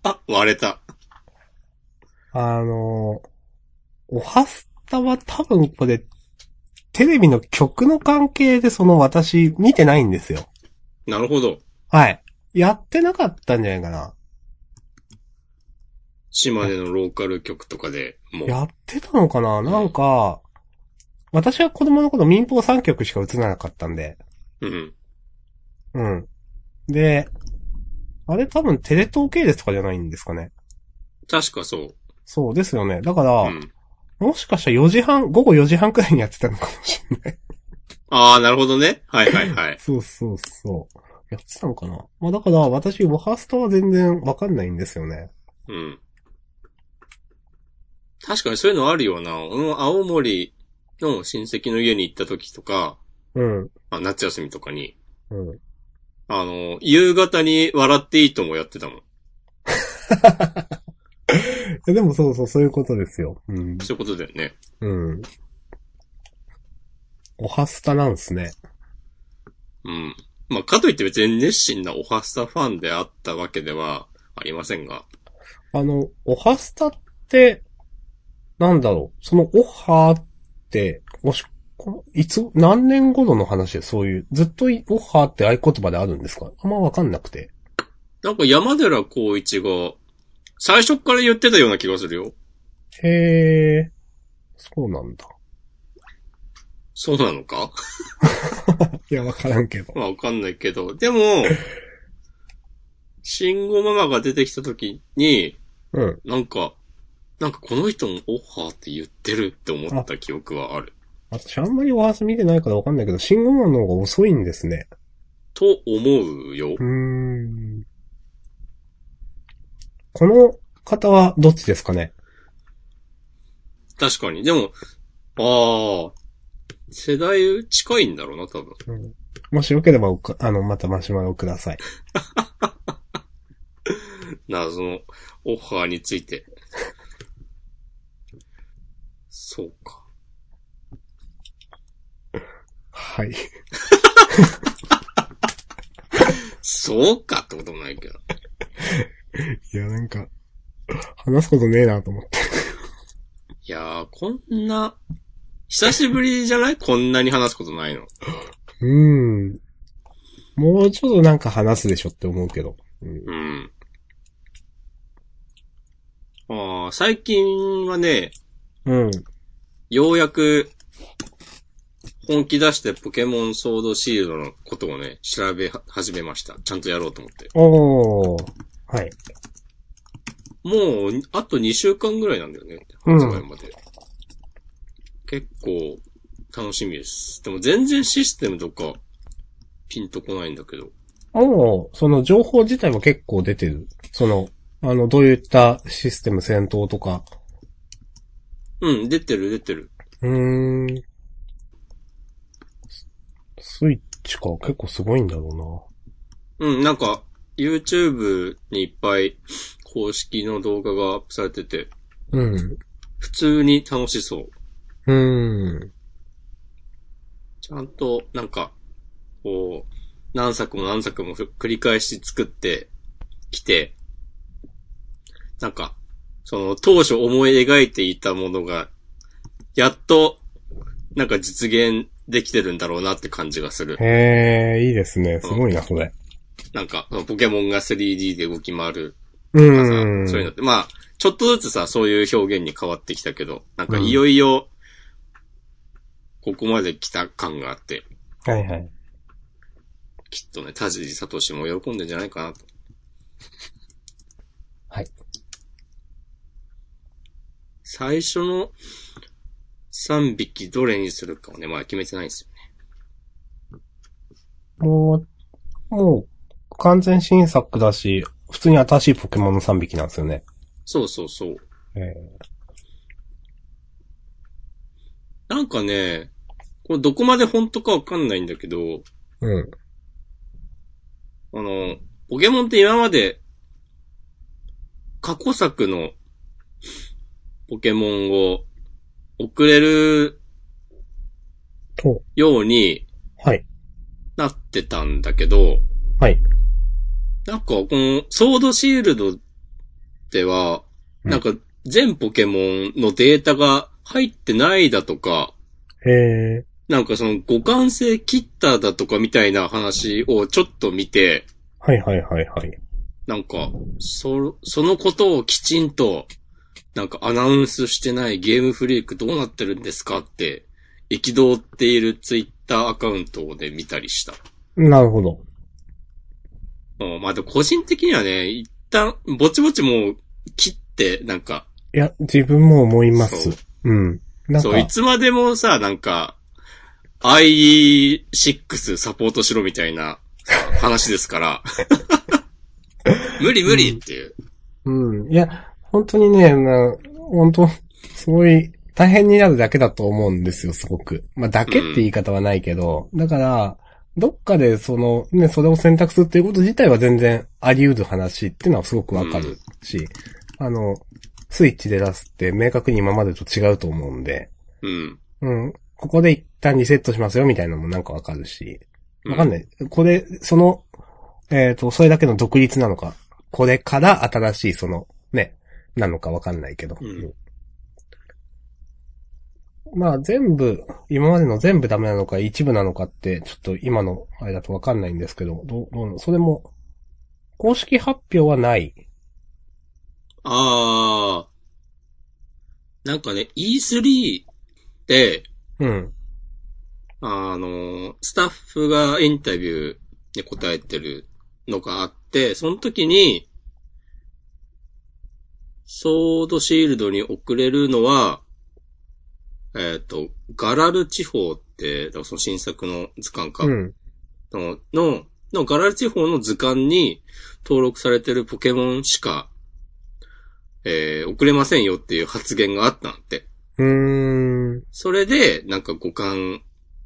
S2: あ、割れた。
S1: あのーおはスタは多分これ、テレビの曲の関係でその私見てないんですよ。
S2: なるほど。
S1: はい。やってなかったんじゃないかな。
S2: 島根のローカル局とかでもう。
S1: やってたのかななんか、私は子供の頃民放3局しか映らなかったんで。
S2: うん。
S1: うん。で、あれ多分テレ東系列とかじゃないんですかね。
S2: 確かそう。
S1: そうですよね。だから、
S2: うん。
S1: もしかしたら4時半、午後4時半くらいにやってたのかもしれない。
S2: ああ、なるほどね。はいはい はい。
S1: そうそうそう。やってたのかなまあだから私、ワハスタは全然わかんないんですよね。
S2: うん。確かにそういうのあるよな。俺も青森の親戚の家に行った時とか、
S1: うん。
S2: あ夏休みとかに、
S1: うん。
S2: あの、夕方に笑っていいともやってたもん。
S1: えでもそうそう、そういうことですよ。うん。
S2: そういうことだよね。
S1: うん。おはスタなんすね。
S2: うん。まあ、かといって別に熱心なオハスタファンであったわけではありませんが。
S1: あの、おはスタって、なんだろう。そのおはって、もし、こいつ、何年ごろの話でそういう、ずっといおはって合言葉であるんですかあんまわかんなくて。
S2: なんか山寺孝一が、最初っから言ってたような気がするよ。
S1: へえ、そうなんだ。
S2: そうなのか
S1: いや、わからんけど。
S2: まあわかんないけど。でも、慎吾ママが出てきた時に、
S1: うん。
S2: なんか、なんかこの人もオッハーって言ってるって思った記憶はある。
S1: 私あんまりおはス見てないからわかんないけど、信号マンの方が遅いんですね。
S2: と思うよ
S1: う。ーん。この方はどっちですかね
S2: 確かに。でも、ああ、世代近いんだろうな、多分。
S1: もしよければおか、あの、またマシュマロください。
S2: 謎のオッハーについて。 そうか。
S1: はい。
S2: そうかってこともないけど。
S1: いや、なんか、話すことねえなと思って。
S2: いやー、こんな、久しぶりじゃないこんなに話すことないの。
S1: うーん。もうちょっとなんか話すでしょって思うけど。うん。
S2: うん。ああ、最近はね、
S1: うん。
S2: ようやく、本気出してポケモンソードシールドのことをね、調べは始めました。ちゃんとやろうと思って。
S1: おー。はい。
S2: もう、あと2週間ぐらいなんだよね。
S1: うん
S2: 発売まで。結構、楽しみです。でも全然システムとか、ピンとこないんだけど。
S1: もう、その情報自体は結構出てる。その、あの、どういったシステム戦闘とか。
S2: うん、出てる出てる。
S1: うーん。ススイッチか、結構すごいんだろ
S2: うん、なんか、YouTube にいっぱい公式の動画がアップされてて、
S1: うな。うん。
S2: 普通に楽しそう。
S1: うーん。
S2: ちゃんと、なんか、こう、何作も何作もふ繰り返し作ってきて、なんか、その当初思い描いていたものが、やっと、なんか実現できてるんだろうなって感じがする。
S1: へえ、いいですね。すごいな、それ。
S2: なんか、そのポケモンが 3D で動き回る
S1: う
S2: とかさ
S1: ん。
S2: そういうのって、まあ、ちょっとずつさ、そういう表現に変わってきたけど、なんかいよいよ、ここまで来た感があって、
S1: はいはい。
S2: きっとね、田尻聡も喜んでんじゃないかなと。
S1: はい。
S2: 最初の3匹どれにするかをね、まだ決めてないんですよね。
S1: もう、もう、完全新作だし、普通に新しいポケモンの3匹なんですよね。
S2: そうそうそう。
S1: え
S2: なんかね、これどこまで本当かわかんないんだけど、
S1: うん。
S2: あの、ポケモンって今まで、過去作のポケモンを送れる
S1: と、
S2: ように
S1: はい。
S2: なってたんだけど、
S1: はい。
S2: なんかこのソードシールドでは、
S1: うん
S2: なんか全ポケモンのデータが入ってないだとか、
S1: へえ、
S2: なんかその互換性切っただとかみたいな話をちょっと見て、
S1: はいはいはいはい。
S2: なんか、そ、そのことをきちんと、なんかアナウンスしてないゲームフリークどうなってるんですかって、憤っているツイッターアカウントで見たりした。
S1: なるほど。
S2: うん、まあ、でも個人的にはね、一旦、ぼちぼちもう切って、なんか、
S1: いや、自分も思いま
S2: そう
S1: す。うん。なんか
S2: そう、、いつまでもさ、なんか、IE6 サポートしろみたいなさ話で すから。無理無理っていう。
S1: うん。いや、本当にね、な、本当すごい大変になるだけだと思うんですよ、すごく。まあ、だけって言い方はないけど、だから、どっかでその、ね、それを選択するっていうこと自体は全然あり得る話っていうのはすごくわかるし、あの、スイッチで出すって明確に今までと違うと思うんで、
S2: うん。
S1: うん、ここで一旦リセットしますよみたいなのもなんかわかるし、
S2: う
S1: わかんない。これ、その、えっ、と、それだけの独立なのか、これから新しいその、ね、なのかわかんないけど。
S2: うん
S1: まあ全部、今までの全部ダメなのか一部なのかって、ちょっと今のあれだとわかんないんですけど、どう、どうなのそれも、公式発表はない。
S2: あー。なんかね、E3 って、
S1: うん。
S2: あの、スタッフがインタビューで答えてるのがあって、その時に、ソードシールドに送れるのは、えっ、と、ガラル地方って、だからその新作の図鑑か、
S1: うん。
S2: の、の、のガラル地方の図鑑に登録されてるポケモンしか、えー、送れませんよっていう発言があったんだって。
S1: うーん。
S2: それで、なんか五感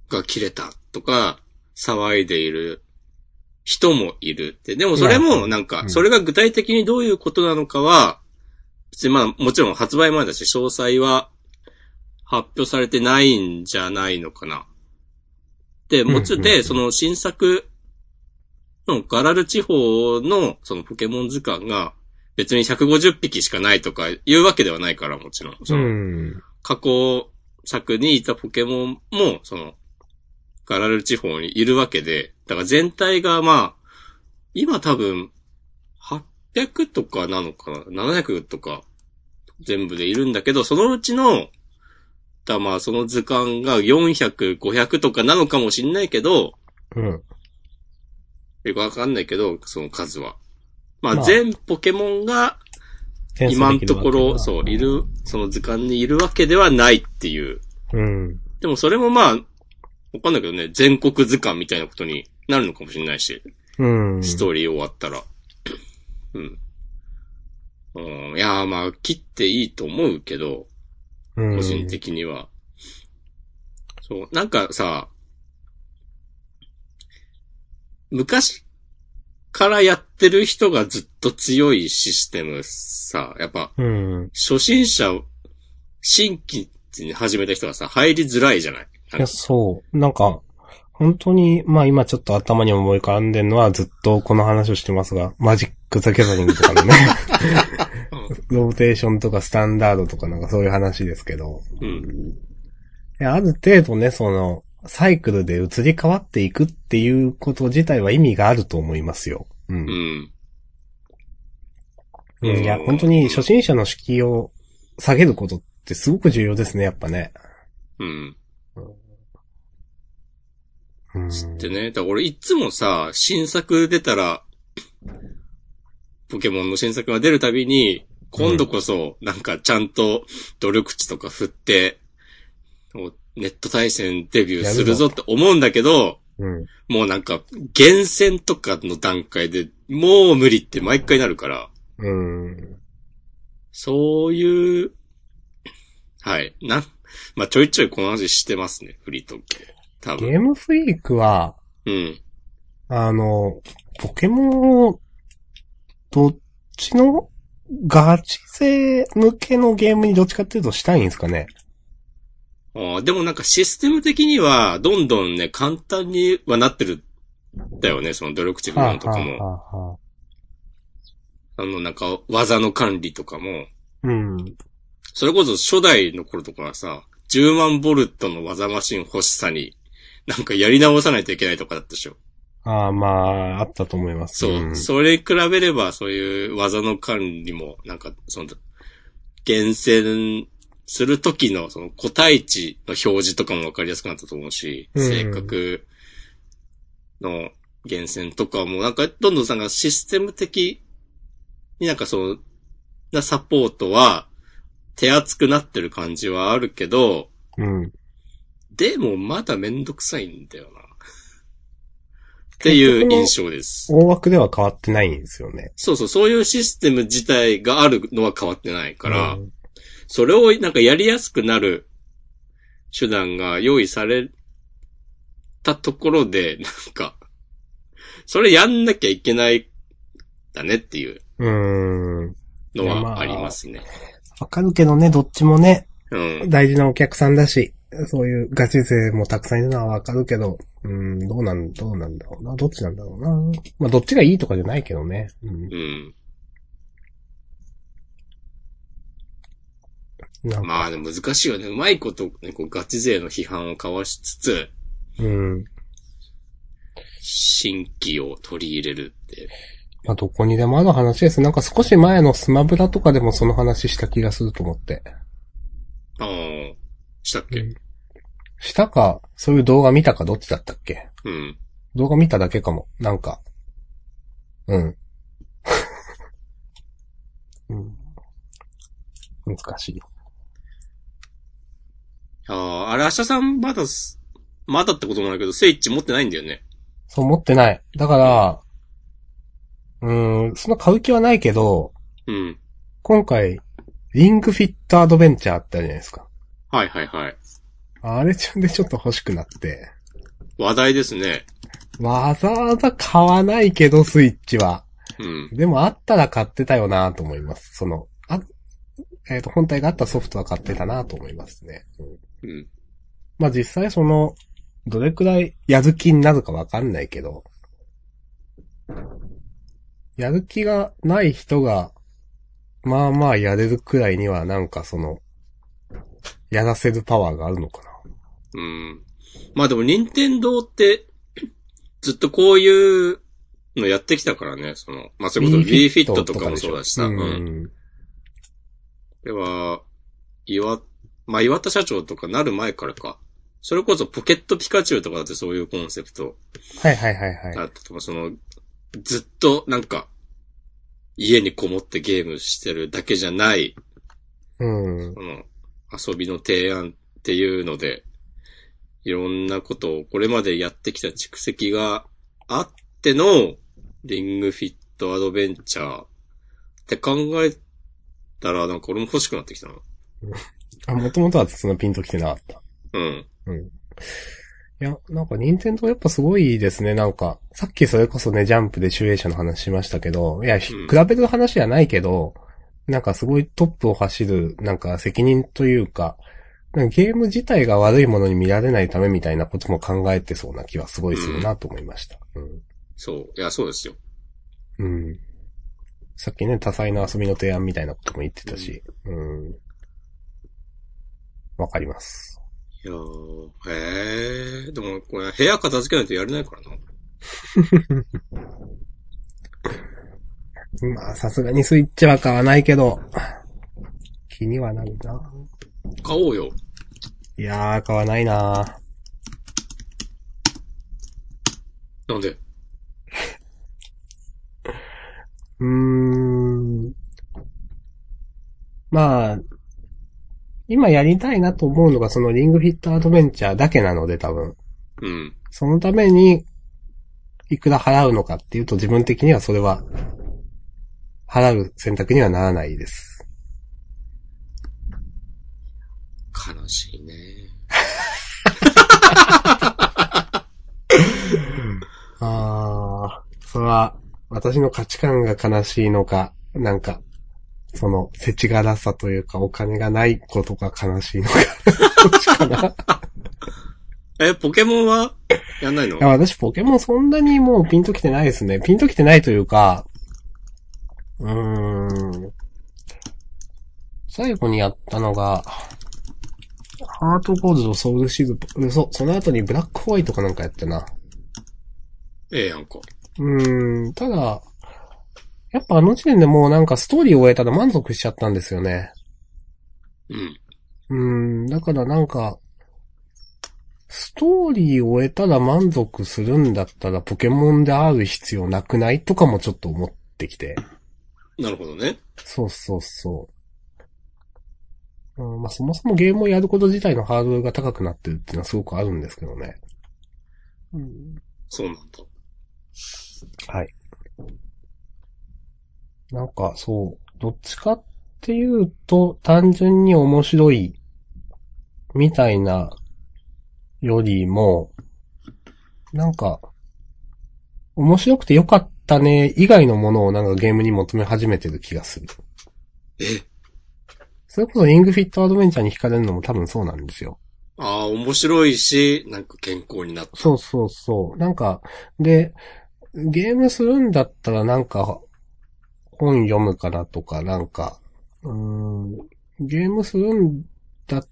S2: が切れたとか、騒いでいる人もいるって。でもそれも、なん
S1: う
S2: か、
S1: ん
S2: それが具体的にどういうことなのかは、別にまあ、もちろん発売前だし、詳細は発表されてないんじゃないのかな。で、もちろん、
S1: うんうんう
S2: で、
S1: ん
S2: その新作のガラル地方のそのポケモン図鑑が別に150匹しかないとかいうわけではないから、もちろん。
S1: う
S2: その
S1: ん。
S2: 過去作にいたポケモンも、その、ガラル地方にいるわけで、だから全体がまあ、今多分、800とかなのかな ?700 とか、全部でいるんだけど、そのうちの、だまあその図鑑が400、500とかなのかもしんないけど、
S1: うん。
S2: よくわかんないけど、その数は。ま
S1: ま
S2: あ
S1: あ
S2: 全ポケモンが今のところ、そう、い。る、その図鑑にいるわけではないっていう。
S1: うん。
S2: でもそれもまあ、わかんないけどね、全国図鑑みたいなことになるのかもしれないし、
S1: うん。
S2: ストーリー終わったら。うん。うん、いやーまあ、切っていいと思うけど、
S1: うん
S2: 個人的には。そう、なんかさ、昔からやってる人がずっと強いシステムさ、やっぱ、
S1: うん。
S2: 初心者、新規に始めた人がさ、入りづらいじゃない
S1: いや、そう。なんか、本当に、まあ今ちょっと頭に思い浮かんでるのはずっとこの話をしてますが、マジック・ザ・ギャザリングとかの ね、ローテーションとかスタンダードとかなんかそういう話ですけど、
S2: うん。
S1: いや、ある程度ね、その、サイクルで移り変わっていくっていうこと自体は意味があると思いますよ。うん
S2: う。ん。
S1: うん、いや、本当に初心者の敷居を下げることってすごく重要ですね、やっぱね。
S2: うん。
S1: うん。
S2: 知ってね。だから俺いつもさ、新作出たら、ポケモンの新作が出るたびに、今度こそ、なんかちゃんと努力値とか振って、ネット対戦デビューするぞって思うんだけど、
S1: うん。
S2: もうなんか、厳選とかの段階で、もう無理って毎回なるから、
S1: うん。
S2: そういう、はい、な、まあ、ちょいちょいこの話してますね、フリートークで。多分。
S1: ゲームフリークは、
S2: うん。
S1: あの、ポケモンを、どっちの、ガチ勢向けのゲームにどっちかっていうとしたいんですかね。
S2: ああ、でもなんかシステム的には、どんどんね、簡単にはなってる、だよね、その努力値分と
S1: は
S2: か
S1: あ
S2: も。
S1: はあはあ
S2: あの、なんか、技の管理とかも。
S1: うん。
S2: それこそ初代の頃とかはさ、10万ボルトの技マシン欲しさに、なんかやり直さないといけないとかだったでしょ。
S1: ああ、まあ、あったと思います。
S2: そう。
S1: ん
S2: それに比べれば、そういう技の管理も、なんか、その、厳選するときの、その、個体値の表示とかもわかりやすくなったと思うし、
S1: うん
S2: 性格の厳選とかも、なんか、どんどんさんがシステム的になんかその、なサポートは、手厚くなってる感じはあるけど、
S1: うん。
S2: でもまだめんどくさいんだよな。っていう印象です。
S1: 大枠では変わってないんですよね。
S2: そうそう、そういうシステム自体があるのは変わってないから、
S1: うん
S2: それをなんかやりやすくなる手段が用意されたところで、なんか、それやんなきゃいけない、だねっていう
S1: うーん。
S2: の
S1: いやま
S2: は
S1: あ
S2: ありますね。
S1: わかるけどね、どっちもね、
S2: うん。
S1: 大事なお客さんだし、そういうガチ勢もたくさんいるのはわかるけど、うん、どうなん、どうなんだろうな。どっちなんだろうな。まあ、どっちがいいとかじゃないけどね。うん。
S2: うん。
S1: なんか、
S2: まあ、でも難しいよね。うまいこと、ね、こうガチ勢の批判をかわしつつ、
S1: うん。
S2: 新規を取り入れるって。
S1: まあ、どこにでもある話です。なんか少し前のスマブラとかでもその話した気がすると思って。
S2: ああ、したっけ、
S1: うんしたか、そういう動画見たかどっちだったっけ
S2: うん。
S1: 動画見ただけかも。なんか。うん。 うん、難しい。
S2: ああ、あれ、明日さんまだす、まだってことなんだけど、スイッチ持ってないんだよね。
S1: そう思ってない。だから、うーん、その買う気はないけど、
S2: うん。
S1: 今回、リングフィットアドベンチャーあったじゃないですか。
S2: はいはいはい。
S1: あれちゃんでちょっと欲しくなって。
S2: 話題ですね。
S1: わざわざ買わないけど、スイッチは。
S2: うん。
S1: でもあったら買ってたよなと思います。その、あ、えっ、と、本体があったソフトは買ってたなと思いますね。うん
S2: うん。
S1: まあ、実際その、どれくらいやる気になるかわかんないけど、やる気がない人が、まあまあやれるくらいにはなんかその、やらせるパワーがあるのか
S2: うん。まあでも、任天堂って、ずっとこういうのやってきたからね、その、まあそ
S1: な。
S2: れこそ
S1: Wii
S2: Wii フィットとかも
S1: でし
S2: そ
S1: ょ
S2: うだしさ。
S1: う
S2: うん。
S1: ん。
S2: では、岩、まあ岩田社長とかなる前からか。それこそポケットピカチュウとかだってそういうコンセプト
S1: はいはいはいは
S2: だったとか、その、ずっとなんか、家にこもってゲームしてるだけじゃない、
S1: い。うん。
S2: この遊びの提案っていうので、いろんなことをこれまでやってきた蓄積があっての、リングフィットアドベンチャーって考えたら、なんか俺も欲しくなってきたな。
S1: あ、もともとはそのピンときてなかった。
S2: うん。
S1: いや、なんか任天堂やっぱすごいですね、なんか。さっきそれこそね、ジャンプで集英社の話しましたけど、いや、ひ
S2: うん
S1: 比べる話じゃないけど、なんかすごいトップを走る、なんか責任というか、なんかゲーム自体が悪いものに見られないためみたいなことも考えてそうな気はすごいするなと思いました。うん。
S2: そう。いや、そうですよ。
S1: うん。さっきね、多彩な遊びの提案みたいなことも言ってたし、うん。わかります。
S2: いやーへえ、でもこれ部屋片付けないとやれないからな。
S1: まあ、さすがにスイッチは買わないけど、気にはなるな。
S2: 買おうよ。
S1: いやー、買わないな
S2: なんで
S1: ーうーん。まあ、今やりたいなと思うのがそのリングフィットアドベンチャーだけなので多分。
S2: うん。
S1: そのために、いくら払うのかっていうと自分的にはそれは、払う選択にはならないです。
S2: 悲しいね。
S1: あー、それは、私の価値観が悲しいのか、なんか、その、せちがらさというか、お金がないことが悲しいのか、 どっちかな。
S2: え、ポケモンはやんないの
S1: いや、私ポケモンそんなにもうピンときてないですね。ピンときてないというか、うーん。最後にやったのが、ハートゴールド、ソウルシルバー、そう、その後にブラックホワイトかなんかやったな。
S2: ええやんか。
S1: うーん、ただ、やっぱあの時点でもうなんかストーリーを終えたら満足しちゃったんですよね。
S2: うん。
S1: うーん、だからなんか、ストーリーを終えたら満足するんだったらポケモンである必要なくないとかもちょっと思ってきて。
S2: なるほどね。
S1: そうそうそう。うん、まあそもそもゲームをやること自体のハードルが高くなってるっていうのはすごくあるんですけどね。
S2: そうなんだ。
S1: はい。なんか、そう、どっちかっっていうと、単純に面白い、みたいな、よりも、なんか、面白くてよかったね、以外のものをなんかゲームに求め始めてる気がする。それこそリングフィットアドベンチャーに惹かれるのも多分そうなんですよ。
S2: ああ、面白いし、なんか健康になった。
S1: そうそうそう。なんか、で、ゲームするんだったらなんか、本読むかなとか、なんか、うーん、ゲームするんだ、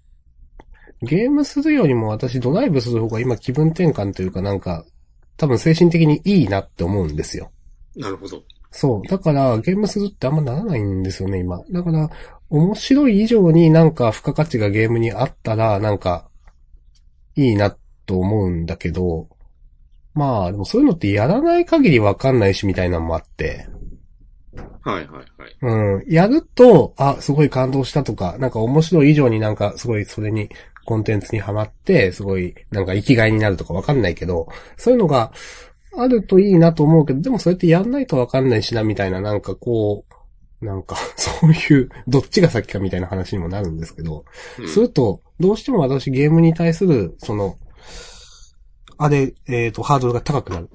S1: ゲームするよりも私ドライブする方が今気分転換というかなんか、多分精神的にいいなって思うんですよ。
S2: なるほど。
S1: そう。だから、ゲームするってあんまならないんですよね、今。だから、面白い以上になんか付加価値がゲームにあったら、なんか、いいなと思うんだけど、まあ、でもそういうのってやらない限りわかんないし、みたいなのもあって。
S2: はいはいはい。
S1: うん。やると、あ、すごい感動したとか、なんか面白い以上になんかすごいそれに、コンテンツにハマって、すごいなんか生きがいになるとかわかんないけど、そういうのがあるといいなと思うけど、でもそれってやんないとわかんないしな、みたいな、なんかこう、なんか、 そういう、どっちが先かみたいな話にもなるんですけど、
S2: うん
S1: すると、どうしても私ゲームに対する、その、あれ、えっ、と、ハードルが高くなる。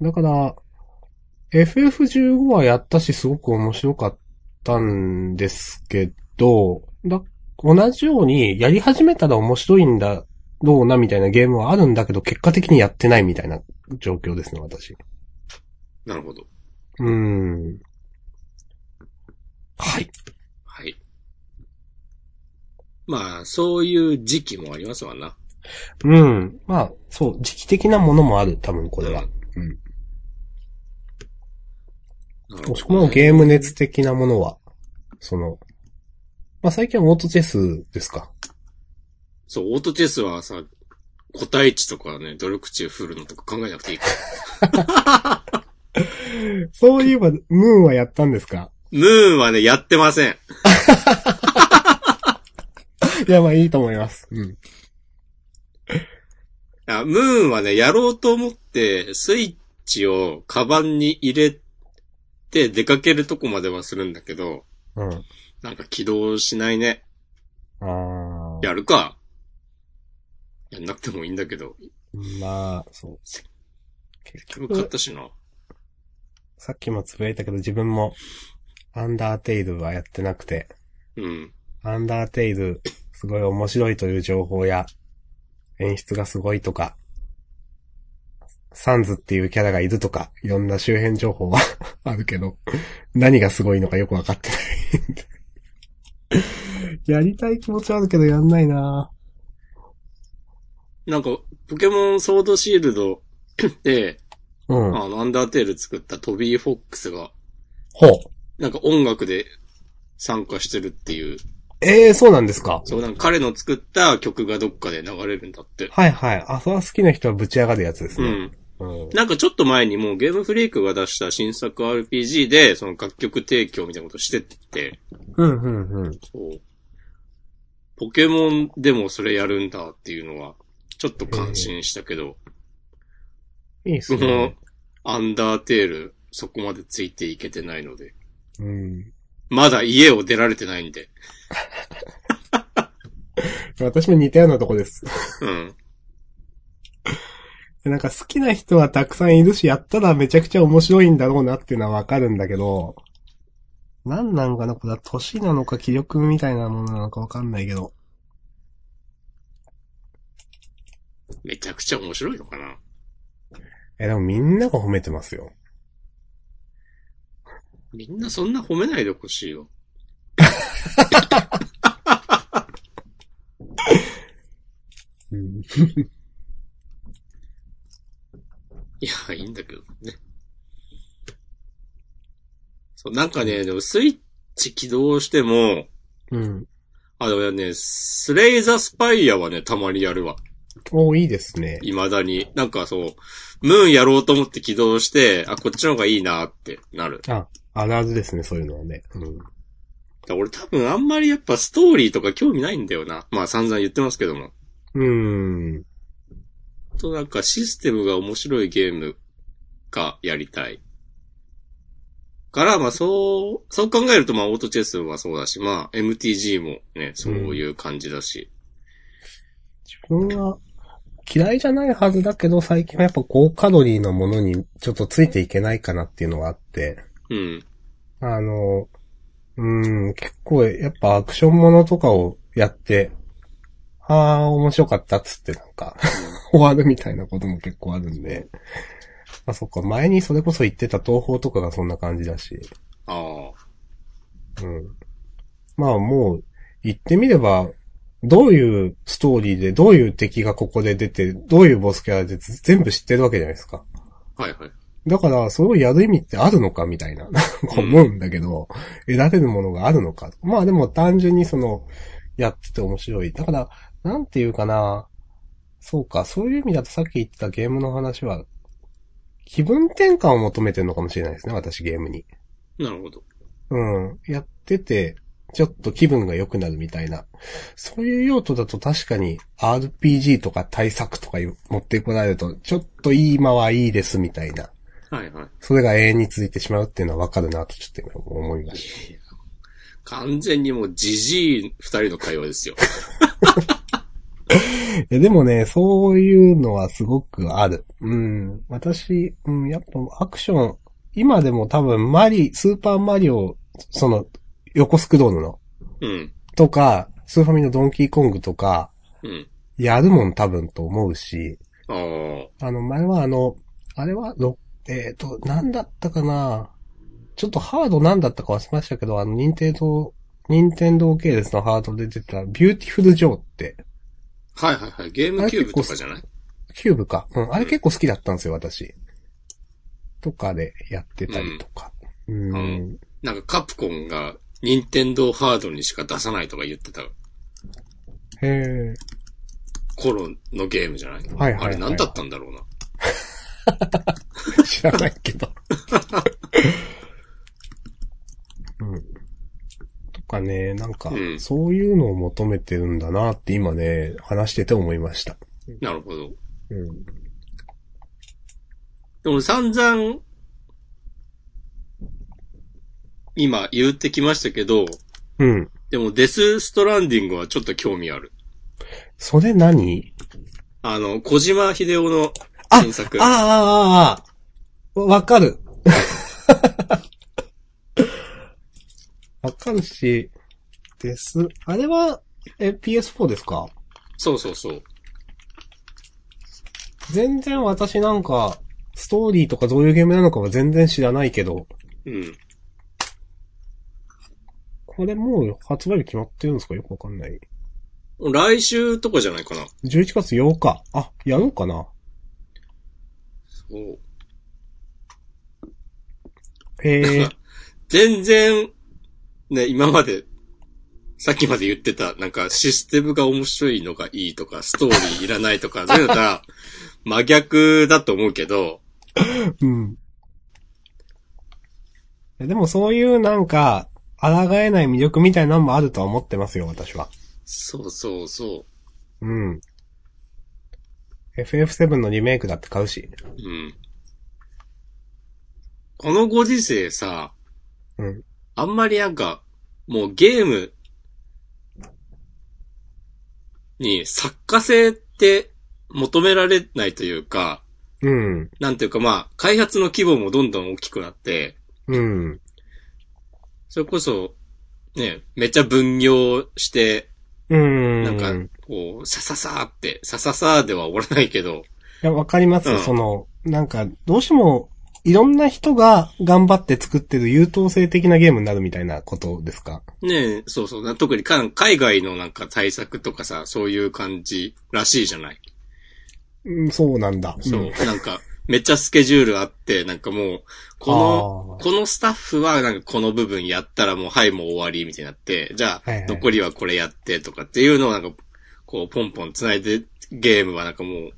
S1: だから、FF15 はやったし、すごく面白かったんですけど、だ同じように、やり始めたら面白いんだろうな、みたいなゲームはあるんだけど、結果的にやってないみたいな状況ですね、私。
S2: なるほど。
S1: うーん。はい。
S2: はい。まあ、そういう時期もありますわな。
S1: うん。まあ、そう、時期的なものもある、多分これは。うん
S2: なるほどね
S1: もしくはゲーム熱的なものは、その、まあ、最近はオートチェスですか。
S2: そう、オートチェスはさ、個体値とかね、努力値を振るのとか考えなくていいから。
S1: そういえば、ムーンはやったんですか
S2: ムーンはね、やってません。
S1: いや、まあいいと思います。うん。
S2: あムーンはね、やろうと思って、スイッチをカバンに入れて出かけるとこまではするんだけど、
S1: うん。
S2: なんか起動しないね。
S1: あ
S2: やるか。やんなくてもいいんだけど、
S1: ー。まあ、そう。結
S2: 今日買っ
S1: 局、
S2: たしな。
S1: さっきもつぶやいたけど、自分も、アンダーテイルはやってなくて、
S2: うん。
S1: アンダーテイル、すごい面白いという情報や、演出がすごいとか、サンズっていうキャラがいるとか、いろんな周辺情報は あるけど、何がすごいのかよくわかってない。やりたい気持ちはあるけどやんないな
S2: なんか、ポケモンソードシールド で、
S1: うん。
S2: あの、アンダーテール作ったトビー・フォックスが、
S1: ほう。
S2: なんか音楽で参加してるっていう。
S1: ええー、そうなんですか。
S2: そう、なんか彼の作った曲がどっかで流れるんだって。
S1: はいはい。あ、それは好きな人はぶち上がるやつです
S2: う
S1: ね。
S2: ん。
S1: うん。
S2: なんかちょっと前にもうゲームフリークが出した新作 RPG で、その楽曲提供みたいなことしてって、
S1: うん、うん、うん。
S2: そう。ポケモンでもそれやるんだっていうのは、ちょっと感心したけど、
S1: いいっす
S2: その
S1: ね。、
S2: アンダーテール、そこまでついていけてないので、
S1: うん。
S2: まだ家を出られてないんで、
S1: 私も似たようなとこです。
S2: うん。
S1: なんか好きな人はたくさんいるし、やったらめちゃくちゃ面白いんだろうなっていうのはわかるんだけど、なんなんかなこれは歳なのか気力みたいなものなのかわかんないけど。
S2: めちゃくちゃ面白いのかな
S1: え、でもみんなが褒めてますよ。
S2: みんなそんな褒めないでほしいよ。いや、いいんだけどね。そう、なんかね、でもスイッチ起動しても、
S1: うん。
S2: あ、でもね、スレイザースパイアはね、たまにやるわ。
S1: おいいですね。
S2: 未だに。なんかそう、ムーンやろうと思って起動して、あ、こっちの方がいいなってなる。
S1: あ、あるあるですね、そういうのはね。うん。
S2: だから俺多分あんまりやっぱストーリーとか興味ないんだよな。まあ散々言ってますけども。
S1: うーん。
S2: となんかシステムが面白いゲームがやりたい。から、まあそう、そう考えると、まあオートチェスはそうだし、まあ MTG もね、そういう感じだし。
S1: 自分は嫌いじゃないはずだけど、最近はやっぱ高カロリーなものにちょっとついていけないかなっていうのがあって、
S2: うん。
S1: あの、うん、結構やっぱアクションものとかをやって、ああ、面白かったっつってなんか終わるみたいなことも結構あるんで。まあそっか、前にそれこそ言ってた東宝とかがそんな感じだし。
S2: ああ。
S1: うん。まあもう、言ってみれば、どういうストーリーで、どういう敵がここで出て、どういうボスキャラで全部知ってるわけじゃないですか。
S2: はいはい。
S1: だから、それをやる意味ってあるのかみたいな、なんか思うんだけど、得られるものがあるのか。まあでも単純にその、やってて面白い。だから、なんていうかな、そうか、そういう意味だとさっき言ってたゲームの話は、気分転換を求めてるのかもしれないですね、私ゲームに。
S2: なるほど。
S1: うん。やってて、ちょっと気分が良くなるみたいな。そういう用途だと確かに RPG とか対策とかいう持ってこられると、ちょっといい間はいいですみたいな。
S2: はいはい。
S1: それが永遠に続いてしまうっていうのはわかるなとちょっと今思いまし
S2: 完全にもうジジイ二人の会話ですよ。
S1: た。いやでもね、そういうのはすごくある。うん。私、うん、やっぱアクション、今でも多分マリ、スーパーマリオ、その、横スクロールの、
S2: うん。
S1: とか、スーファミのドンキーコングとか、
S2: うん。
S1: やるもん多分と思うし、
S2: ああ。
S1: あの、前はあの、あれは、ろえっ、と、なんだったかなちょっとハードなんだったか忘れましたけど、あの、任天堂、任天堂系列のハードで出てた、ビューティフルジョーって、
S2: はいはいはい。ゲームキューブとかじゃない
S1: キューブか。うん、あれ結構好きだったんですよ、私。とかでやってたりとか。うん。
S2: うんなんかカプコンが任天堂ハードにしか出さないとか言ってた
S1: へえ。
S2: 頃のゲームじゃない
S1: はいはいはい
S2: あれ何だったんだろうな。
S1: 知らないけど。うん。とかね、なんか
S2: う、ん
S1: そういうのを求めてるんだなって今ね、話してて思いました。
S2: なるほど。
S1: うん。
S2: でも散々、今言ってきましたけど、
S1: うん。
S2: でもデスストランディングはちょっと興味ある。
S1: それ何
S2: あの、小島秀夫の
S1: あ
S2: 新作。
S1: あああああわわかる。わかるし、です。あれは、え、PS4 ですか
S2: そうそうそう。
S1: 全然私なんか、ストーリーとかどういうゲームなのかは全然知らないけど、
S2: うん。
S1: これもう発売日決まってるんですかよくわかんない。
S2: 来週とかじゃないかな。
S1: 11月8日。あ、やろうかな。
S2: そう。
S1: へえ。
S2: 全然、ね、今まで、さっきまで言ってた、なんかシステムが面白いのがいいとか、ストーリーいらないとか、そういうの とは真逆だと思うけど、
S1: うん。いやでもそういうなんか、抗えない魅力みたいなのもあるとは思ってますよ、私は。
S2: そうそうそ
S1: うん。FF7 のリメイクだって買うし。
S2: う。うん。このご時世さ、
S1: うん。
S2: あんまりなんか、もうゲームに作家性って求められないというか、
S1: うん。
S2: なんていうかまあ、開発の規模もどんどん大きくなって、
S1: うん。
S2: それこそ、ね、めっちゃ分業して、
S1: うん。
S2: なんか
S1: い、
S2: こう、さささーって、さささーでは終わらないけど、
S1: や、わかります、
S2: うん
S1: その、なんか、どうしても、いろんな人が頑張って作ってる優等生的なゲームになるみたいなことですか
S2: ねえ、そうそう、な特にか海外のなんか対策とかさ、そういう感じらしいじゃない。
S1: うん、そうなんだ。
S2: そう、なんか、めっちゃスケジュールあって、なんかもう、この、
S1: の
S2: このスタッフはなんかこの部分やったらもう、はい、もう終わり、みたいになって、じゃあ、
S1: はいはい
S2: 残りはこれやってとかっていうのをなんか、こう、ポンポン繋いで、ゲームはなんかもう、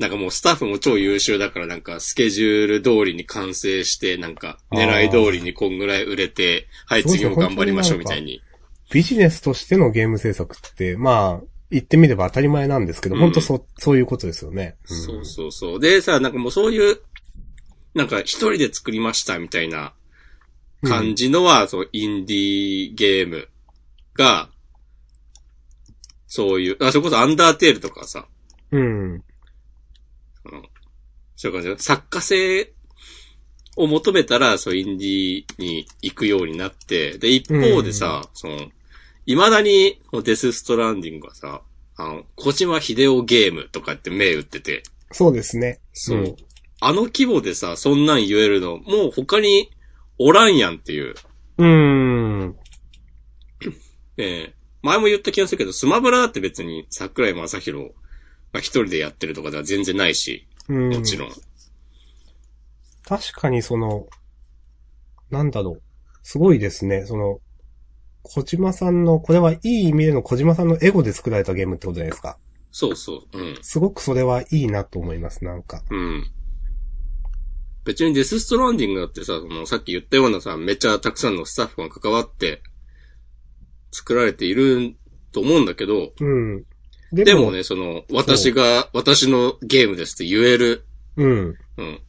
S2: なんかもうスタッフも超優秀だからなんかスケジュール通りに完成して、なんか狙い通りにこんぐらい売れて、はい、
S1: そうそう
S2: 次も頑張りましょうみたいに。
S1: ビジネスとしてのゲーム制作って、まあ、言ってみれば当たり前なんですけど、
S2: うん
S1: 本当そ、そういうことですよね。うん
S2: そうそうそう。でさ、なんかもうそういう、なんか一人で作りましたみたいな感じのは、そう、インディーゲームが、そういう、あ、それこそアンダーテールとかさ、
S1: うん。
S2: そのそういう感じの作家性を求めたら、そう、インディーに行くようになって、で、一方でさ、その、未だに、このデスストランディングはさ、あの、小島秀夫ゲームとかって銘打ってて、
S1: そうですね。
S2: そう。
S1: うん
S2: あの規模でさ、そんなん言えるの、もう他におらんやんっていう。
S1: うん。
S2: ええ前も言った気がするけど、スマブラだって別に桜井正宏が一人でやってるとかでは全然ないし、
S1: うん。
S2: もちろん。
S1: 確かにその、なんだろう。すごいですね。その、小島さんの、これはいい意味での小島さんのエゴで作られたゲームってことじゃないですか。
S2: そうそう。うん。
S1: すごくそれはいいなと思います、なんか。
S2: うん。別にデスストランディングだってさ、そのさっき言ったようなさ、めっちゃたくさんのスタッフが関わって作られていると思うんだけど、
S1: うん。で
S2: でも。ね、その、私が、私のゲームですって言える
S1: うん。
S2: うん。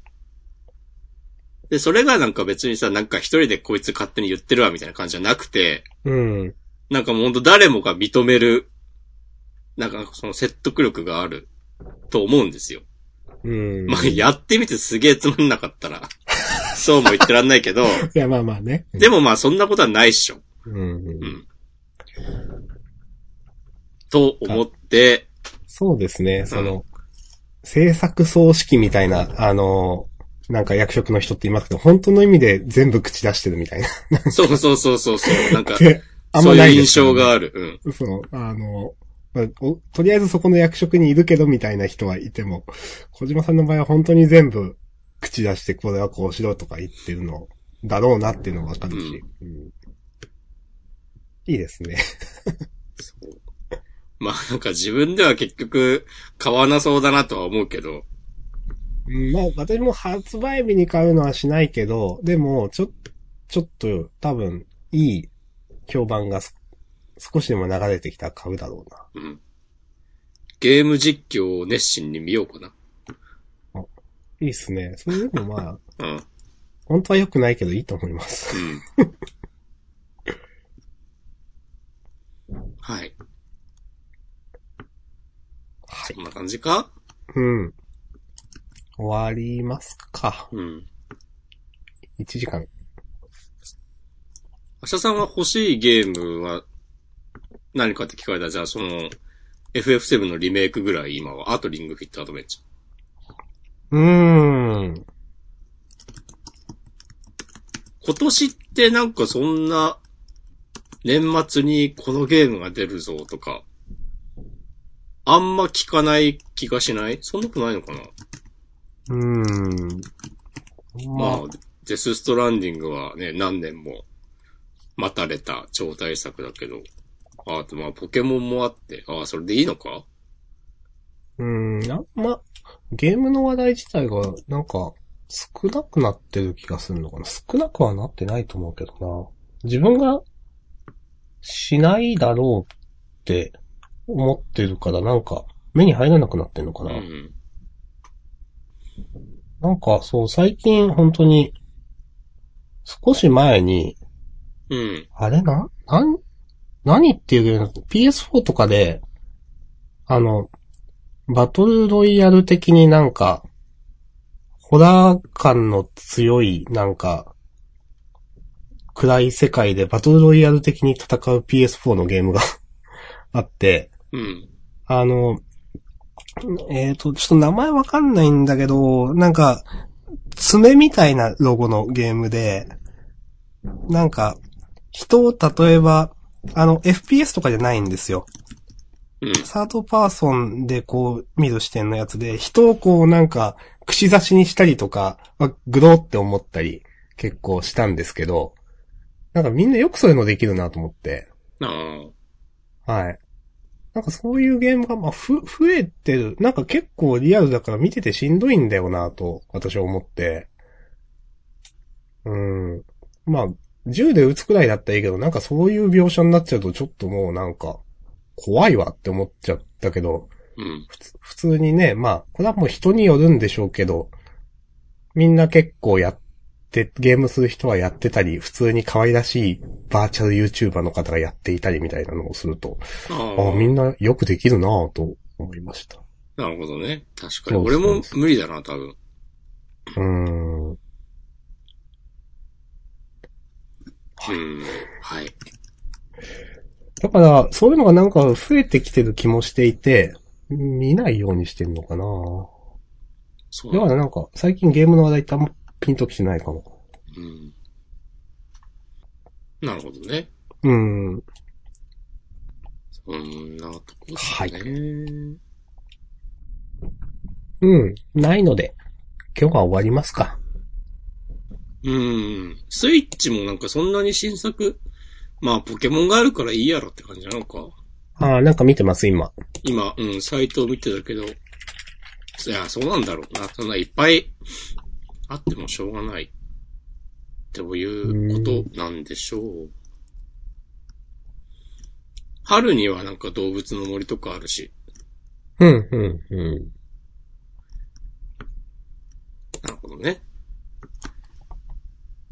S2: で、それがなんか別にさ、なんか一人でこいつ勝手に言ってるわみたいな感じじゃなくて、
S1: うん。
S2: なんかもうほんと誰もが認める、なんかその説得力があると思うんですよ。
S1: うん。
S2: まあ、やってみてすげえつまんなかったら、 そうも言ってらんないけど、
S1: いや、まあまあね。
S2: でもまあそんなことはないっしょ。
S1: うん。
S2: うんと思って、
S1: そうですね、その、制作総指揮みたいな、あの、なんか役職の人って言いますけど、本当の意味で全部口出してるみたいな。
S2: そうそうそうそう そう、なんか、
S1: であん
S2: そ
S1: ま
S2: う
S1: ないいうです
S2: 印
S1: よね
S2: 象がある。うん。
S1: そう、あの、まあおとりあえずそこの役職にいるけどみたいな人はいても、小島さんの場合は本当に全部口出してこれはこうしろとか言ってるのだろうなっていうのがわかるし、うんいいですね。
S2: そうまあなんか自分では結局買わなそうだなとは思うけど、
S1: うんまあ私も発売日に買うのはしないけど、でもちょ、ちょっと多分いい評判がす少しでも流れてきたら買うだろうな。
S2: うん。ゲーム実況を熱心に見ようかな。
S1: いいっすね。それでもまあ、
S2: うん。
S1: 本当は良くないけどいいと思います。
S2: うん。はい。
S1: はい
S2: こ。んな感じか
S1: うん。終わりますか。
S2: うん。
S1: 1時間。
S2: 明日さんは欲しいゲームは何かって聞かれたら、じゃあその FF7 のリメイクぐらい今は、あとリングフィットアドベンチャー。
S1: うーん。
S2: 今年ってなんかそんな年末にこのゲームが出るぞとか、あんま聞かない気がしないそんなことないのかな
S1: うーん。まあ
S2: まあ、、デスストランディングはね、何年も待たれた超大作だけど。ああと、まあ、ポケモンもあって。ああ、それでいいのか
S1: うーん、あんま、ゲームの話題自体が、なんか、少なくなってる気がするのかな。少なくはなってないと思うけどな。自分が、しないだろうって思ってるから、なんか、目に入らなくなってんのか
S2: う
S1: な。
S2: ん。
S1: なんか、そう、最近、本当に、少し前に、
S2: うん。
S1: あれな、なん、何っていうゲーム ?PS4 とかで、あの、バトルロイヤル的になんか、ホラー感の強い、なんか、暗い世界でバトルロイヤル的に戦う PS4 のゲームが あって、
S2: うん。
S1: あの、えっ、と、ちょっと名前わかんないんだけど、なんか、爪みたいなロゴのゲームで、なんか、人を例えば、あの、FPS とかじゃないんですよ。
S2: うん。
S1: サードパーソンでこう、見る視点のやつで、人をこうなんか、串刺しにしたりとか、まあ、グローって思ったり、結構したんですけど、なんかみんなよくそういうのできるなと思って。
S2: ああ。
S1: はい。なんかそういうゲームが、まあ、ふ、増えてる。なんか結構リアルだから見ててしんどいんだよなと、私は思って。うん。まあ、銃で撃つくらいだったらいいけど、なんかそういう描写になっちゃうとちょっともうなんか、怖いわって思っちゃったけど、
S2: うん。
S1: 普通普通にね、まあ、これはもう人によるんでしょうけど、みんな結構やっって、ゲームする人はやってたり、普通に可愛らしいバーチャル YouTuber の方がやっていたりみたいなのをすると、
S2: あ
S1: ああ、
S2: あ
S1: みんなよくできるなぁと思いました。
S2: なるほどね。確か
S1: そうそ
S2: に。俺
S1: うそう
S2: も無理だな、多分。
S1: うーん。
S2: うん。はい。
S1: だから、そういうのがなんか増えてきてる気もしていて、見ないようにしてんのかなぁ
S2: そう
S1: だ
S2: な
S1: か
S2: んだ
S1: らなんか、最近ゲームの話題ってあんまピンときてないかも。
S2: うん。なるほどね。
S1: うん。
S2: そんなとこですね。
S1: うん。ないので、今日は終わりますか。
S2: うん。スイッチもなんかそんなに新作、まあポケモンがあるからいいやろって感じなのか。
S1: ああ、なんか見てます、今。
S2: 今、うん、サイトを見てたけど、いや、そうなんだろうな。そんないっぱいあってもしょうがない。ということなんでしょう。春にはなんか動物の森とかあるし、
S1: うん、うん、うん。
S2: なるほどね。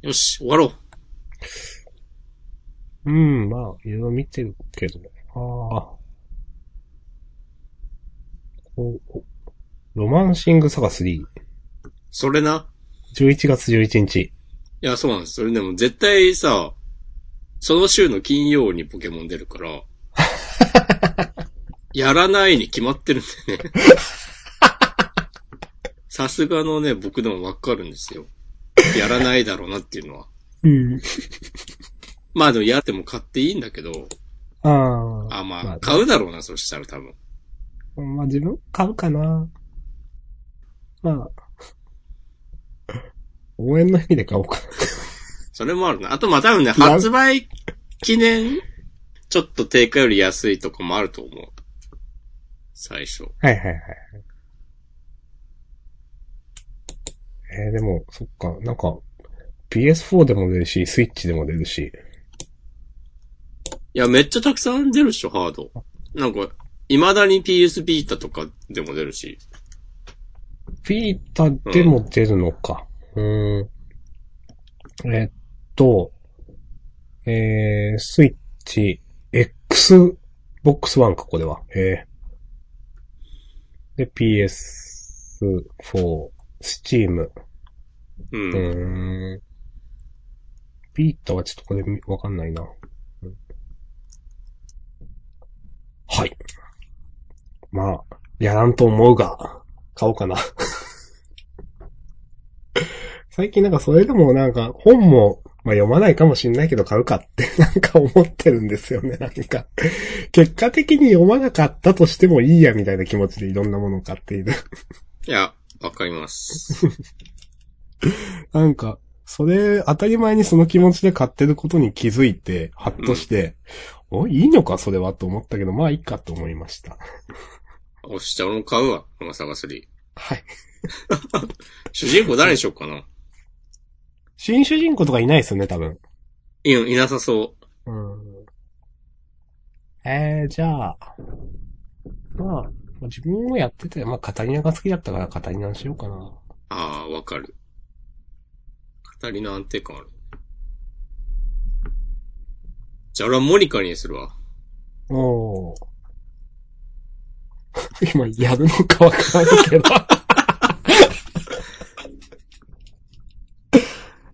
S2: よし、終わろ
S1: う
S2: う。
S1: ん、まあ、いろいろ見てるけど。ああ。おおロマンシングサガ3。
S2: それな。
S1: 11月11日。
S2: いや、そうなんです。それでも絶対さ、その週の金曜にポケモン出 るから、やらないに決まってるんで ね。さすがのね、僕でもわかるんですよ。やらないだろうなっていうのは。
S1: うん。
S2: まあでもやっても買っていいんだけど、
S1: ああ。
S2: あ、ま
S1: まあ
S2: あ、買うだろうな、そしたら多分。
S1: まあ自分買うかな。まあ。応援の意味で買おうか。
S2: それもあるな。あとまあ多分ね、
S1: いや
S2: 発売記念、ちょっと定価より安いとこもあると思う。最初。
S1: はいはいはい。えー、でも、そっか、なんか、PS4 でも出るし、スイッチでも出るし。
S2: いや、めっちゃたくさん出るっしょ、ハード。なんか、未だに PS ビータとかでも出るし。
S1: ピータでも出るのか。うーん。えっと、えー、スイッチ、Xbox One か、これは。えー、で、PS4、Steam。
S2: うん。
S1: うーん。ビータはちょっとこれわかんないな。うんはい。まあ、やらんと思うが、買おうかな。 最近なんかそれでもなんか本も、まあ、読まないかもしんないけど買うかって なんか思ってるんですよね、なんか。結果的に読まなかったとしてもいいやみたいな気持ちでいろんなものを買っている。
S2: いや、わかります。
S1: なんか、それ、当たり前にその気持ちで買ってることに気づいて、ハッとして、お、いいのか、それはと思ったけど、まあいいかと思いました。
S2: おっしゃ、俺も買うわ。マサガ3。
S1: はい。
S2: 主人公誰にしようかな。
S1: 新主人公とかいないですよね、多分。
S2: いや、いなさそう。
S1: うん。えー、じゃあ、まあ、自分もやってて、まあ、カタリナが好きだったからカタリナにしようかな。
S2: ああ、わかる。語りの安定感ある。じゃあ俺はモニカにするわ。
S1: おー。今、やるのかわからないけど。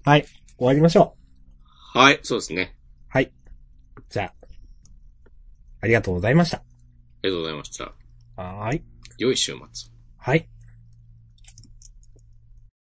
S1: はい、終わりましょう。
S2: はい、そうですね。
S1: じゃあ、ありがとうございました。
S2: ありがとうございました。
S1: はーい。
S2: 良い週末。
S1: はい。